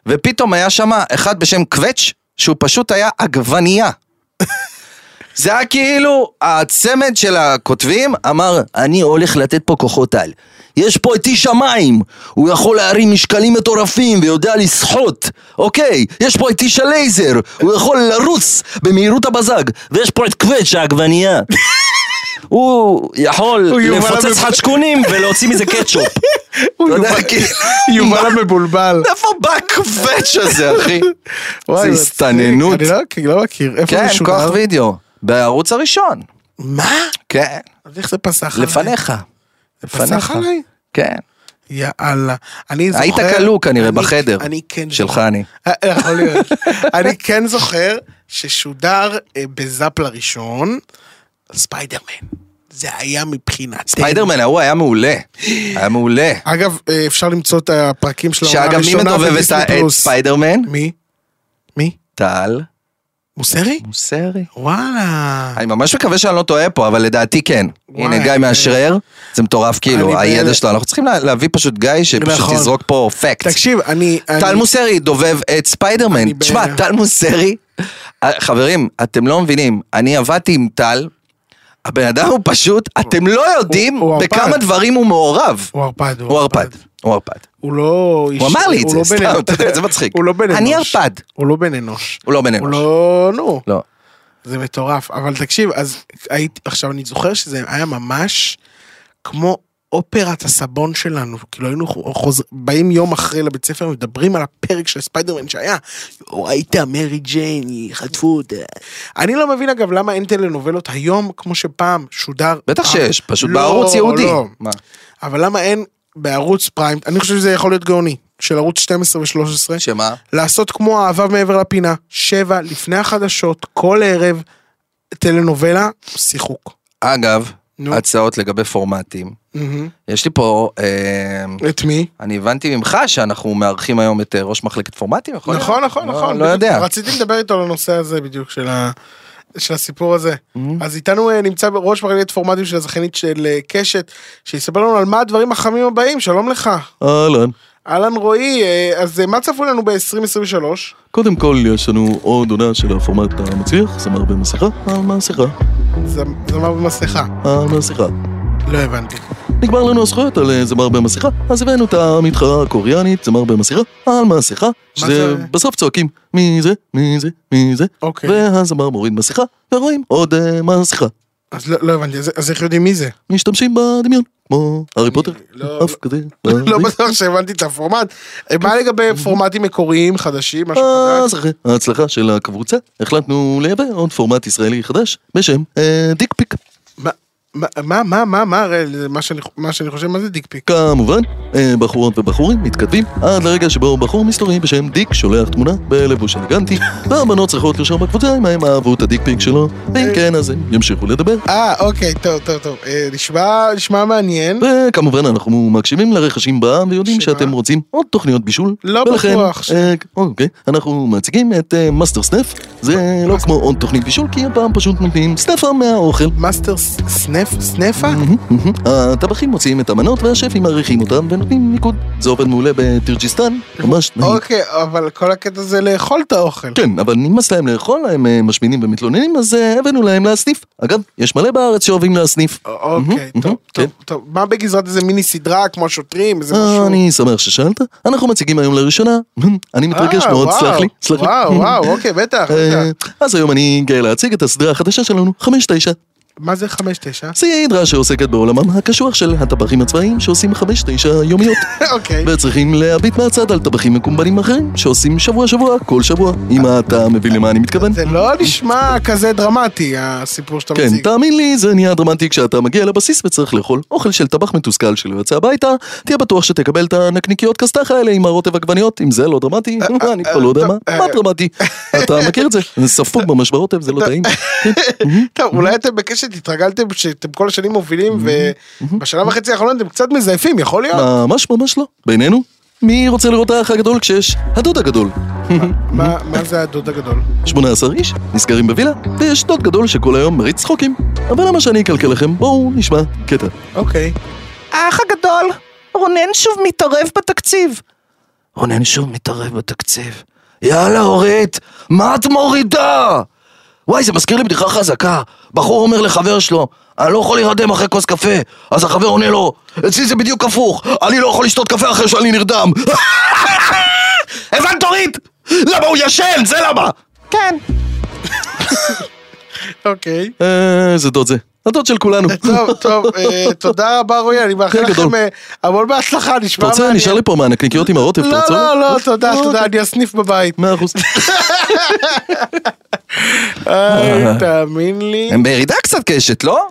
C: ופתאום היה שם אחד בשם קווץ', שהוא פשוט היה עגבנייה. זה היה כאילו, הצמד של הכותבים אמר, אני הולך לתת פה כוחות על. יש פה את איש המים, הוא יכול להרים משקלים מטורפים ויודע לשחות, אוקיי? יש פה את איש הלייזר, הוא יכול לרוץ במהירות הבזק, ויש פה את קווץ' העגבנייה.
E: הוא יכול
B: הוא יובל
E: לפוצץ
B: המב-
E: חדשקונים ולהוציא מזה קטשופ.
B: הוא
C: יודע,
B: יובל-
C: כאילו,
B: יובל המבולבל.
C: איפה בא הקווץ' הזה, אחי?
B: וואי,
C: זה הסתננות.
B: אני לא מכיר, לא מכיר, איפה הוא
C: כן,
B: משודר?
C: כוח וידאו. בערוץ הראשון.
B: מה?
C: כן.
B: אז איך זה פסח עליי?
C: לפניך.
B: פסח
C: לפניך.
B: עליי?
C: כן.
B: יאללה. אני זוכר...
C: היית כלוא כנראה
B: אני-
C: בחדר.
B: אני כן
C: שלך
B: זוכר.
C: אני.
B: אה, יכול להיות. אני כן זוכר ששודר אה, בזאפ לראשון, ספיידרמן. זה היה מבחינתנו.
C: ספיידרמן ההוא היה מעולה. היה מעולה.
B: אגב, אה, אפשר למצוא את הפרקים של העונה
C: שאגב, מי
B: הראשונה
C: מדובב את
B: בדיסני
C: ה- את
B: פלוס.
C: ספיידרמן?
B: מי? מי?
C: טל
B: מוסרי?
C: מוסרי.
B: וואלה.
C: אני ממש מקווה שאני לא טועה פה, אבל לדעתי כן.
B: וואי,
C: הנה גיא
B: אני-
C: מאשרר, זה מטורף
B: אני
C: כאילו,
B: בהלם.
C: הידע שלו. אנחנו צריכים לה- להביא פשוט גיא שפשוט
B: נכון.
C: יזרוק פה פקט.
B: תקשיב, אני...
C: טל
B: אני-
C: מוסרי דובב את
B: אני
C: ספיידרמן.
B: בהלם.
C: תשמע, טל מוסרי, אה, חברים, אתם לא מבינים, אני עבדתי עם טל, הבן אדם הוא פשוט, אתם לא יודעים
B: הוא ערפד.
C: בכמה דברים הוא מעורב.
B: הוא ערפד,
C: הוא ערפד, הוא ערפד.
B: הוא לא... איש-
C: הוא אמר לי את
B: לא
C: זה,
B: בן
C: סתם,
B: אנוש.
C: אתה יודע, זה מצחיק.
B: הוא לא בן אנוש.
C: אני ערפד.
B: הוא לא בן אנוש.
C: הוא לא בן
B: הוא
C: אנוש.
B: לא... נו.
C: לא.
B: זה מטורף, אבל תקשיב, אז הייתי, עכשיו אני זוכר שזה היה ממש כמו אופרת הסבון שלנו, כאילו היינו חוזר, באים יום אחרי לבית ספר, מדברים על הפרק של ספיידרמן שהיה, "או, ראית מרי ג'יין, היא חטפו אותה. אני לא מבין אגב למה אין טלנובלות היום, כמו שפעם שודר.
C: בטח
B: אה,
C: שיש, פשוט
B: לא,
C: בערוץ יהודי.
B: לא.
C: מה?
B: אבל למה אין בערוץ פריים, אני חושב שזה יכול להיות גאוני, של ערוץ 12 ו-13.
C: שמה?
B: לעשות כמו אהבה מעבר לפינה, שבע, לפני החדשות, כל ערב, טלנובלה, שיחוק.
C: אגב,
B: נו.
C: הצעות לגבי פורמטים. יש לי פה, אה,
B: את מי?
C: אני הבנתי ממך שאנחנו מארחים היום את אה, ראש מחלקת פורמטים, יכול להיות?
B: נכון, נכון,
C: לא-
B: נכון.
C: לא
B: בדיוק.
C: יודע.
B: רציתי לדבר איתו על הנושא הזה בדיוק של ה... של הסיפור הזה.
F: Mm-hmm.
B: אז איתנו אה, נמצא בראש מחלקת פורמטים של הזכיינית של אה, קשת, שיספר לנו על מה הדברים החמים הבאים, שלום לך.
F: אהלן,
B: אהלן רועי, אה, אז אה, מה צפו לנו ב-2023?
F: קודם כל יש לנו עוד עונה של הפורמט המצליח, זמר במסכה, אה, על מסכה,
B: זמר במסכה.
F: על מסכה.
B: לא הבנתי.
F: נגמר לנו הזכויות על אה, זמר במסכה, אז הבאנו את המתחרה הקוריאנית, זמר במסכה, על מסכה, שזה
B: זה?
F: בסוף צועקים מי זה, מי זה, מי זה,
B: אוקיי.
F: והזמר מוריד מסכה, ורואים עוד אה, מסכה.
B: אז לא לא הבנתי, אז- אז איך יודעים מי זה?
F: משתמשים בדמיון, כמו הארי פוטר,
B: לא-
F: אף כזה,
B: לא
F: אה.
B: בטוח שהבנתי את הפורמט. אה, מה לגבי פורמטים מקוריים חדשים, משהו חדש?
F: אז אחרי ההצלחה של הקבוצה, החלטנו לייבא עוד פורמט ישראלי חדש, בשם אה, דיק פיק.
B: מה- מה- מה, מה, מה, מה, הראל, זה מה שאני- מה שאני חושב, מה זה דיק פיק?
F: כמובן, אה, בחורות ובחורים מתכתבים עד לרגע שבו בחור מסתורי בשם דיק שולח תמונה בלבוש אלגנטי והבנות צריכות לרשום בקבוצה אם הם אהבו את הדיק פיק שלו ואם כן אז הם ימשיכו לדבר
B: אה, אוקיי, טוב, טוב, טוב. אה, נשמע נשמע מעניין.
F: וכמובן אנחנו מקשיבים לרחשים בעם ויודעים
B: שמה?
F: שאתם רוצים עוד תוכניות בישול
B: לא
F: ולכן,
B: בטוח ש-
F: אה, אוקיי, אנחנו מציגים את מאסטר סנף זה לא כמו עוד תוכנית בישול כי הפעם פשוט נותנים סנפה מהאוכל
B: מאסטר ס- סנף, סנפה?
F: מהמם. הטבחים מוציאים את המנות והשפים מעריכים אותם ונותנים ניקוד. זה עובד מעולה בטרג'יסטן, ממש נעים.
B: אוקיי, אבל כל הקטע זה לאכול את האוכל.
F: כן, אבל נמאס להם לאכול, הם אה, משמינים ומתלוננים, אז אה, הבאנו להם להסניף. אגב, יש מלא בארץ שאוהבים להסניף.
B: א- אוקיי,
F: מהמם,
B: טוב,
F: כן.
B: טוב, טוב. מה בגזרת איזה מיני סדרה, כמו השוטרים, איזה
F: אה,
B: משהו?
F: אני שמח ששאלת, אנחנו מציגים היום לראשונה, אני מתרגש
B: אה,
F: מאוד, סלח
B: וואו,
F: לי, סלח לי.
B: וואו, וואו, אוקיי, בטח,
F: אה,
B: בטח.
F: אז היום אני גאה להציג את הסדרה החדשה שלנו, חמש תשע.
B: מה זה חמש תשע?
F: סדרה שעוסקת בעולמם הקשוח של הטבחים הצבאיים שעושים חמש תשע יומיות.
B: אוקיי.
F: וצריכים להביט מהצד על טבחים מקומבנים אחרים שעושים שבוע שבוע כל שבוע. אם אתה מבין למה אני מתכוון.
B: זה לא נשמע כזה דרמטי, הסיפור שאתה
F: כן,
B: מציג.
F: תאמין לי, זה נהיה דרמטי כשאתה מגיע לבסיס וצריך לאכול אוכל של טבח מתוסכל שלא יוצא הביתה, תהיה בטוח שתקבל את הנקניקיות כסת"ח האלה עם הרוטב עגבניות, אם זה לא דרמטי, אני כבר לא יודע מה, מה דרמטי? אתה מכיר את זה, זה ספוג ממש ברוטב, זה לא טעים.
B: טוב, אולי אתם בקשת התרגלתם שאתם כל השנים מובילים, ובשנה וחצי האחרונה אתם קצת מזייפים, יכול להיות?
F: ממש ממש לא, בינינו. מי רוצה לראות האח הגדול כשיש הדוד הגדול?
B: מה מה זה הדוד הגדול?
F: 18 איש, נסגרים בווילה, ויש דוד גדול שכל היום מריץ צחוקים. אבל למה שאני אקלקל לכם, בואו נשמע קטע.
B: אוקיי.
C: האח הגדול, רונן שוב מתערב בתקציב. רונן שוב מתערב בתקציב. יאללה, אורית, מה את מורידה? וואי, זה מזכיר לי בדיחה חזקה. בחור אומר לחבר שלו, אני לא יכול להירדם אחרי כוס קפה. אז החבר עונה לו, אצלי זה בדיוק הפוך, אני לא יכול לשתות קפה אחרי שאני נרדם. הבנת, אורית? למה הוא ישן? זה למה! כן.
B: אוקיי.
F: אה, איזה דוד זה. הדוד של כולנו.
B: טוב, טוב, אה, תודה רבה רועי, אני מאחל
F: כן,
B: לכם
F: גדול.
B: אה, המון בהצלחה, נשמע
F: אתה רוצה?
B: מעניין.
F: נשאר לי פה מהנקניקיות עם הרוטב, אתה
B: לא,
F: רוצה?
B: לא, לא, תודה,
F: לא,
B: תודה,
F: אוקיי.
B: אני אסניף בבית.
F: מאה אחוז.
B: איי, תאמין לי.
C: הם בירידה קצת קשת, לא?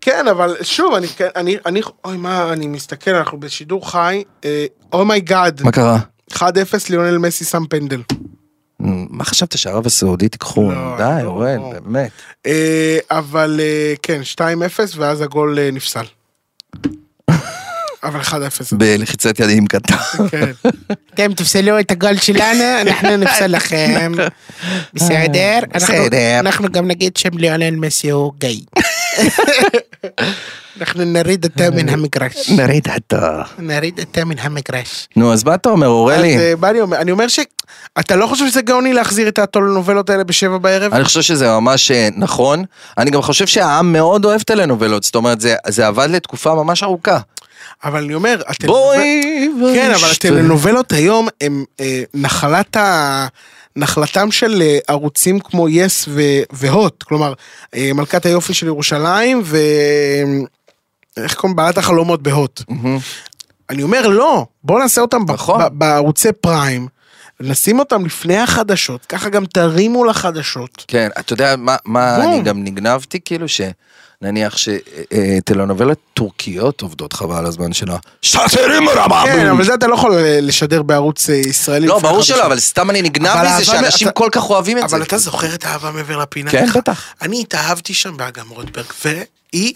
B: כן, אבל שוב, אני, כן- אני, אני, אוי מה, אני מסתכל, אנחנו בשידור חי, אה, oh אומייגאד,
C: מה קרה?
B: 1-0 ליונל מסי שם פנדל.
C: מה חשבת שהערב הסעודית ייקחו?
B: לא,
C: די,
B: לא,
C: אורן,
B: לא.
C: באמת.
B: אה, אבל אה, כן, 2-0 ואז הגול אה, נפסל. אבל 1-0.
C: בלחיצת ידים קטן.
B: כן.
D: אתם תפסלו את הגול שלנו, אנחנו נפסל לכם. בסדר? אנחנו-
C: בסדר.
D: אנחנו גם נגיד שם ליונל מסי הוא גיי. אנחנו נריד אותו מן המגרש.
C: נראה דעתה.
D: נריד אותו מן המגרש.
C: נו, אז מה אתה אומר, אורלי?
B: אז, אה, מה אני אומר? אני אומר שאתה לא חושב שזה גאוני להחזיר את הטולנובלות האלה בשבע בערב?
C: אני חושב שזה ממש אה, נכון. אני גם חושב שהעם מאוד אוהב טלנובלות, זאת אומרת, זה- זה עבד לתקופה ממש ארוכה.
B: אבל אני אומר, הטלנובל-
C: בואי
B: כן, אבל
C: ונשתה.
B: הטלנובלות היום הם אה, נחלת ה... נחלתם של אה, ערוצים כמו יס ו... והוט, כלומר, אה, מלכת היופי של ירושלים ו... אה, איך קוראים? בעלת החלומות בהוט. אני אומר, לא, בואו נעשה אותם ב-
C: נכון.
B: ב- בערוצי פריים, נשים אותם לפני החדשות, ככה גם תרימו לחדשות.
C: כן, אתה יודע מה- מה
B: בום.
C: אני גם נגנבתי? כאילו שנניח שטלנובלות אה, טורקיות עובדות חבל הזמן שלה. שטרים רבה!
B: כן, אבל זה אתה לא יכול אה, לשדר בערוץ אה, ישראלי.
C: לא,
B: לפני
C: ברור
B: החדשות.
C: שלא, אבל סתם אני נגנב
B: אבל
C: מזה
B: האהבה-
C: שאנשים
B: אתה-
C: כל כך אוהבים את זה.
B: אבל אתה זוכר את האהבה מעבר לפינה?
C: כן,
B: שלך?
C: בטח.
B: אני התאהבתי שם באגם רוטברג, והיא,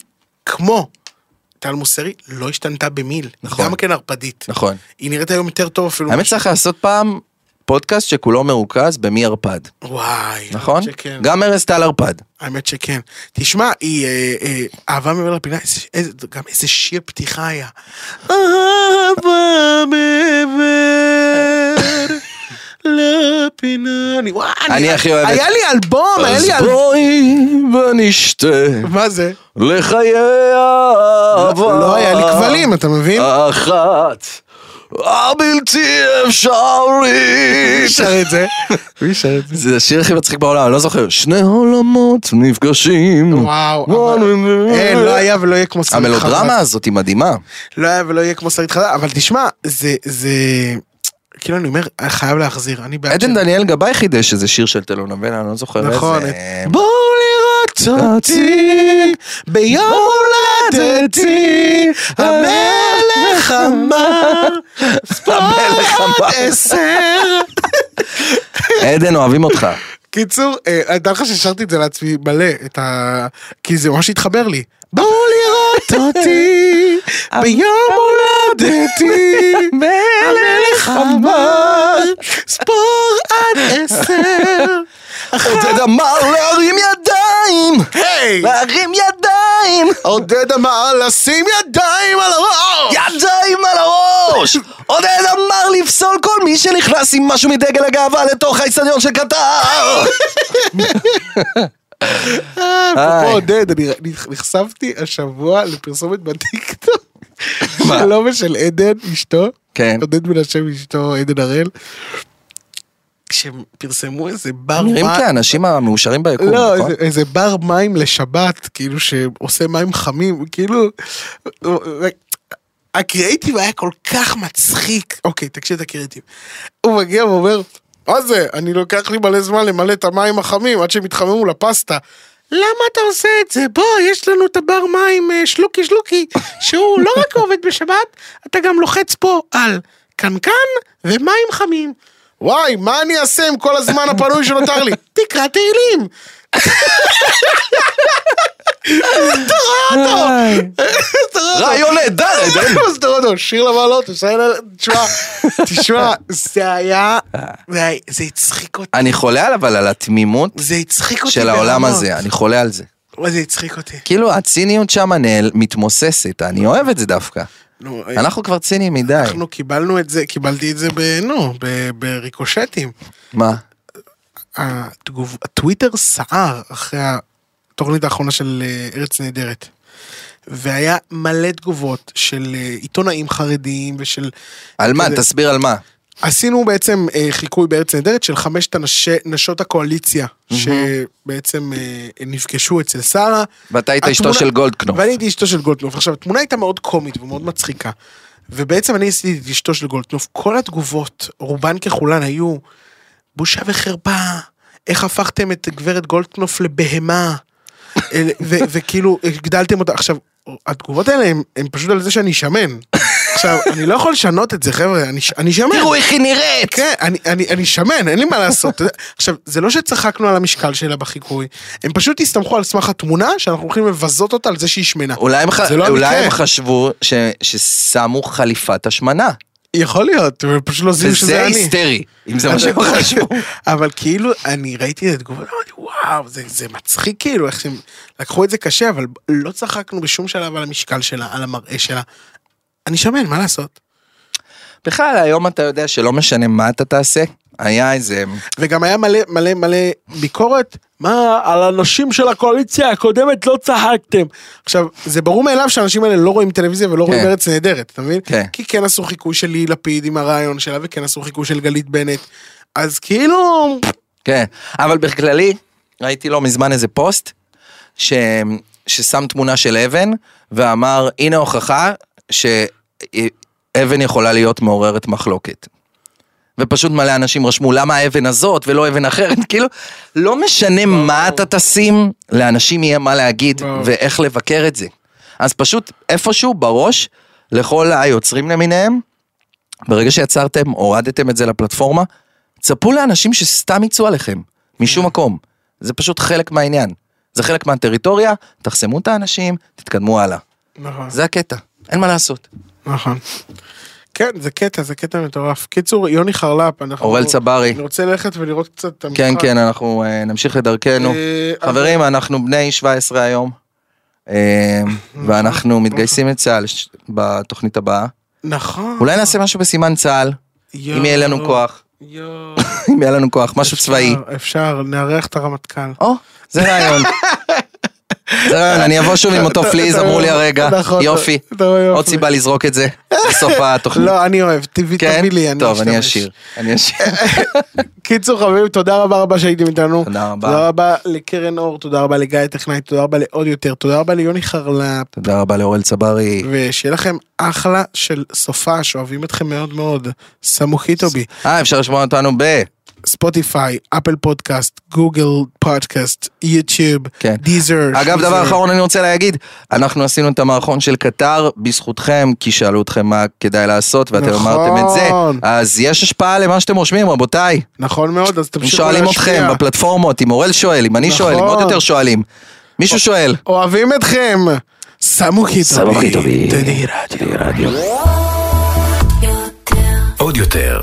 B: כמו טל מוסרי, לא השתנתה במיל.
C: נכון.
B: נכון. גם כן ערפדית.
C: נכון.
B: היא נראית היום יותר טוב אפילו.
C: האמת שצריך לעשות פעם פודקאסט שכולו מרוכז במי ערפד,
B: וואי.
C: נכון?
B: האמת שכן.
C: גם ארז טל ערפד.
B: האמת שכן. תשמע, היא אה, אה, אהבה מעבר לפינה, איזה- איזה- גם איזה שיר פתיחה היה. אהבה מעבר לפינה. אני- וואי,
C: אני הכי אוהב את-
B: היה לי אלבום, היה
C: אז
B: לי אלבום.
C: בואי ונשתה
B: מה זה?
C: לחיי
B: לא
C: אהבה.
B: לא היה לי כבלים, אתה
C: לא,
B: מבין?
C: אחת הבלתי
B: מי
C: אפשרית.
B: שר את זה? מי שר את זה?
C: זה השיר הכי מצחיק בעולם, אני לא זוכר. שני עולמות נפגשים.
B: וואו,
C: וואו,
B: אבל-
C: וואו.
B: אין, לא היה ולא יהיה כמו שרית חדד.
C: המלודרמה הזאת היא מדהימה.
B: לא היה ולא יהיה כמו שרית חדד, אבל תשמע, זה, זה, כאילו אני אומר, אני חייב להחזיר, אני בעד
C: עדן
B: ש-
C: דניאל גבאי חידש איזה שיר של טלונובלה, אני לא זוכר איזה.
B: נכון,
C: בואו לראות אותי ביום הולדתי,
B: המלך
C: אה,
B: אמר,
C: המלך אמר.
B: עשר.
C: עדן, אוהבים אותך.
B: קיצור, אה, דע לך ששרתי את זה לעצמי מלא, את ה... כי זה ממש התחבר לי. בואו לראות אותי, ביום הולדתי, המלך אמר, ספור עד עשר.
C: עודד אמר להרים ידיים!
B: היי!
C: להרים ידיים!
B: עודד אמר לשים ידיים על הראש!
C: ידיים על הראש! עודד אמר לפסול כל מי שנכנס עם משהו מדגל הגאווה לתוך האיצטדיון של קטר!
B: אה, אפרופו
C: היי.
B: עודד, אני ר- נחשפתי השבוע לפרסומת בטיקטוק. שלו ושל עדן, אשתו.
C: כן.
B: עודד מנשה ואשתו עדן הראל. כשהם פרסמו איזה בר
C: נראים
B: מים-
C: כאנשים כן, המאושרים ביקום,
B: לא,
C: נכון?
B: איזה- איזה בר מים לשבת, כאילו שעושה מים חמים, כאילו... הקריאיטיב היה כל כך מצחיק. אוקיי, תקשיב את הקריאיטיב. הוא מגיע ואומר, מה זה, אני לוקח לי מלא זמן למלא את המים החמים עד שהם יתחממו לפסטה. למה אתה עושה את זה? בוא, יש לנו את הבר מים אה, שלוקי שלוקי, שהוא לא רק עובד בשבת, אתה גם לוחץ פה על קנקן ומים חמים. וואי, מה אני אעשה עם כל הזמן הפנוי שנותר לי? תקרא תהילים. אתה רואה אותו! אתה רואה אותו.
F: רעיון נהדר,
C: אה,
F: עדן.
B: אז אתה רואה אותו, שיר למעלות, תשמע, תשמע, זה היה, זה היה- זה הצחיק אותי,
C: אני חולה על אבל על התמימות
B: זה הצחיק אותי.
C: אה. של העולם
B: ברמות.
C: הזה, אני חולה על זה.
B: וואי, זה הצחיק אותי.
C: כאילו הציניות שם נעל- מתמוססת, אני אוהב את זה דווקא.
B: נו,
C: אנחנו כבר ציניים מדי.
B: אנחנו קיבלנו את זה, קיבלתי את זה ב... נו, ב- בריקושטים.
C: מה?
B: התגוב- הטוויטר סער אחרי התוכנית האחרונה של אה, ארץ נהדרת. והיה מלא תגובות של אה, עיתונאים חרדים ושל...
C: על מה?
B: כזה-
C: תסביר על מה.
B: עשינו בעצם אה, חיקוי בארץ נהדרת של חמשת הנש... נשות הקואליציה, שבעצם אה, נפגשו אצל שרה.
C: ואתה היית אשתו
B: התמונה-
C: של גולדקנופ.
B: ואני הייתי אשתו של גולדקנופ. עכשיו, התמונה הייתה מאוד קומית ומאוד מצחיקה. ובעצם אני עשיתי את אשתו של גולדקנופ. כל התגובות, רובן ככולן היו, בושה וחרפה, איך הפכתם את גברת גולדקנופ לבהמה, אל- ו- וכאילו, הגדלתם אותה. עכשיו, התגובות האלה הן- הן פשוט על זה שאני שמן. עכשיו, אני לא יכול לשנות את זה, חבר'ה, אני, ש- אני שמן.
C: תראו איך היא נראית!
B: כן, אני, אני, אני שמן, אין לי מה לעשות. אתה יודע. עכשיו, זה לא שצחקנו על המשקל שלה בחיקוי, הם פשוט הסתמכו על סמך התמונה שאנחנו הולכים לבזות אותה על זה שהיא שמנה.
C: אולי הם ח-
B: זה לא
C: אולי
B: המקרה.
C: הם חשבו ש- ששמו חליפת השמנה.
B: יכול להיות, הם פשוט לא זיהו
C: וזה
B: שזה אני. לא
C: היסטרי, אם זה מה שהם חשבו.
B: אבל כאילו, אני ראיתי את התגובה, אמרתי, וואו, זה, זה מצחיק כאילו, איך שהם לקחו את זה קשה, אבל לא צחקנו בשום שלב על המשקל שלה, על המראה שלה. אני שמן, מה לעשות?
C: בכלל, היום אתה יודע שלא משנה מה אתה תעשה, היה איזה...
B: וגם היה מלא מלא מלא ביקורת. מה, על הנשים של הקואליציה הקודמת לא צחקתם. עכשיו, זה ברור מאליו שהאנשים האלה לא רואים טלוויזיה ולא רואים
C: כן.
B: ארץ נהדרת, אתה מבין?
C: כן.
B: כי כן עשו חיקוי של ליהי לפיד עם הרעיון שלה, וכן עשו חיקוי של גלית בנט. אז כאילו...
C: כן, אבל בכללי, ראיתי לא מזמן איזה פוסט, ש... ששם תמונה של אבן, ואמר, הנה הוכחה שאבן יכולה להיות מעוררת מחלוקת. ופשוט מלא אנשים רשמו, למה האבן הזאת ולא אבן אחרת, כאילו, לא משנה מה אתה תשים, לאנשים יהיה מה להגיד ואיך לבקר את זה. אז פשוט, איפשהו בראש, לכל היוצרים למיניהם, ברגע שיצרתם, הורדתם את זה לפלטפורמה, צפו לאנשים שסתם יצאו עליכם,
B: כן.
C: משום מקום. זה פשוט חלק מהעניין. זה חלק מהטריטוריה, תחסמו את האנשים, תתקדמו הלאה.
B: נכון,
C: זה הקטע, אין מה לעשות.
B: נכון. כן, זה קטע, זה קטע מטורף. קיצור, יוני חרלפ, אנחנו...
C: אורל צברי.
B: אני רוצה ללכת ולראות קצת את המשחק.
C: כן, כן, אנחנו אה, נמשיך לדרכנו.
B: אה,
C: חברים, אנחנו בני 17 היום, אה, ואנחנו מתגייסים לצה"ל ש- בתוכנית הבאה.
B: נכון.
C: אולי נעשה משהו בסימן צה"ל, אם יהיה לנו כוח,
B: יואו.
C: אם יהיה לנו כוח, משהו צבאי.
B: אפשר, אפשר, נארח את הרמטכ"ל.
C: או, זה רעיון. זה רעיון, אני אבוא שוב עם אותו פליז, אמרו לי הרגע,
B: נכון,
C: יופי.
B: אתה רואה יופי.
C: עוד סיבה לזרוק את זה, בסוף התוכנית.
B: לא, אני אוהב, תביא
C: כן?
B: תביא לי, אני
C: טוב, אני
B: אשתמש.
C: אשיר. אני אשיר.
B: קיצור חברים, תודה רבה רבה שהייתם איתנו.
C: תודה רבה.
B: תודה רבה לקרן אור, תודה רבה לגיא הטכנאי, תודה רבה לעוד יותר, תודה רבה ליוני חרלפ,
C: תודה רבה לאורל צברי.
B: ושיהיה לכם אחלה של סופה, שאוהבים אתכם מאוד מאוד. סמוכיטו בי.
C: אה, אפשר לשמוע אותנו ב...
B: ספוטיפיי, אפל פודקאסט, גוגל פודקאסט, יוטיוב,
C: כן.
B: דיזר.
C: אגב,
B: שניזר.
C: דבר אחרון אני רוצה להגיד, אנחנו עשינו את המערכון של קטר בזכותכם, כי שאלו אתכם מה כדאי לעשות, ואתם
B: נכון.
C: אמרתם את זה. אז יש השפעה למה שאתם רושמים, רבותיי.
B: נכון מאוד, אז
C: אם
B: תמשיכו
C: שואלים
B: להשפיע.
C: אתכם בפלטפורמות, אם אורל שואל, אם אני שואל, אם עוד
B: נכון. אוקיי.
C: יותר שואלים. מישהו שואל.
B: אוהבים אתכם! סמוכיטו בי.
A: עוד יותר,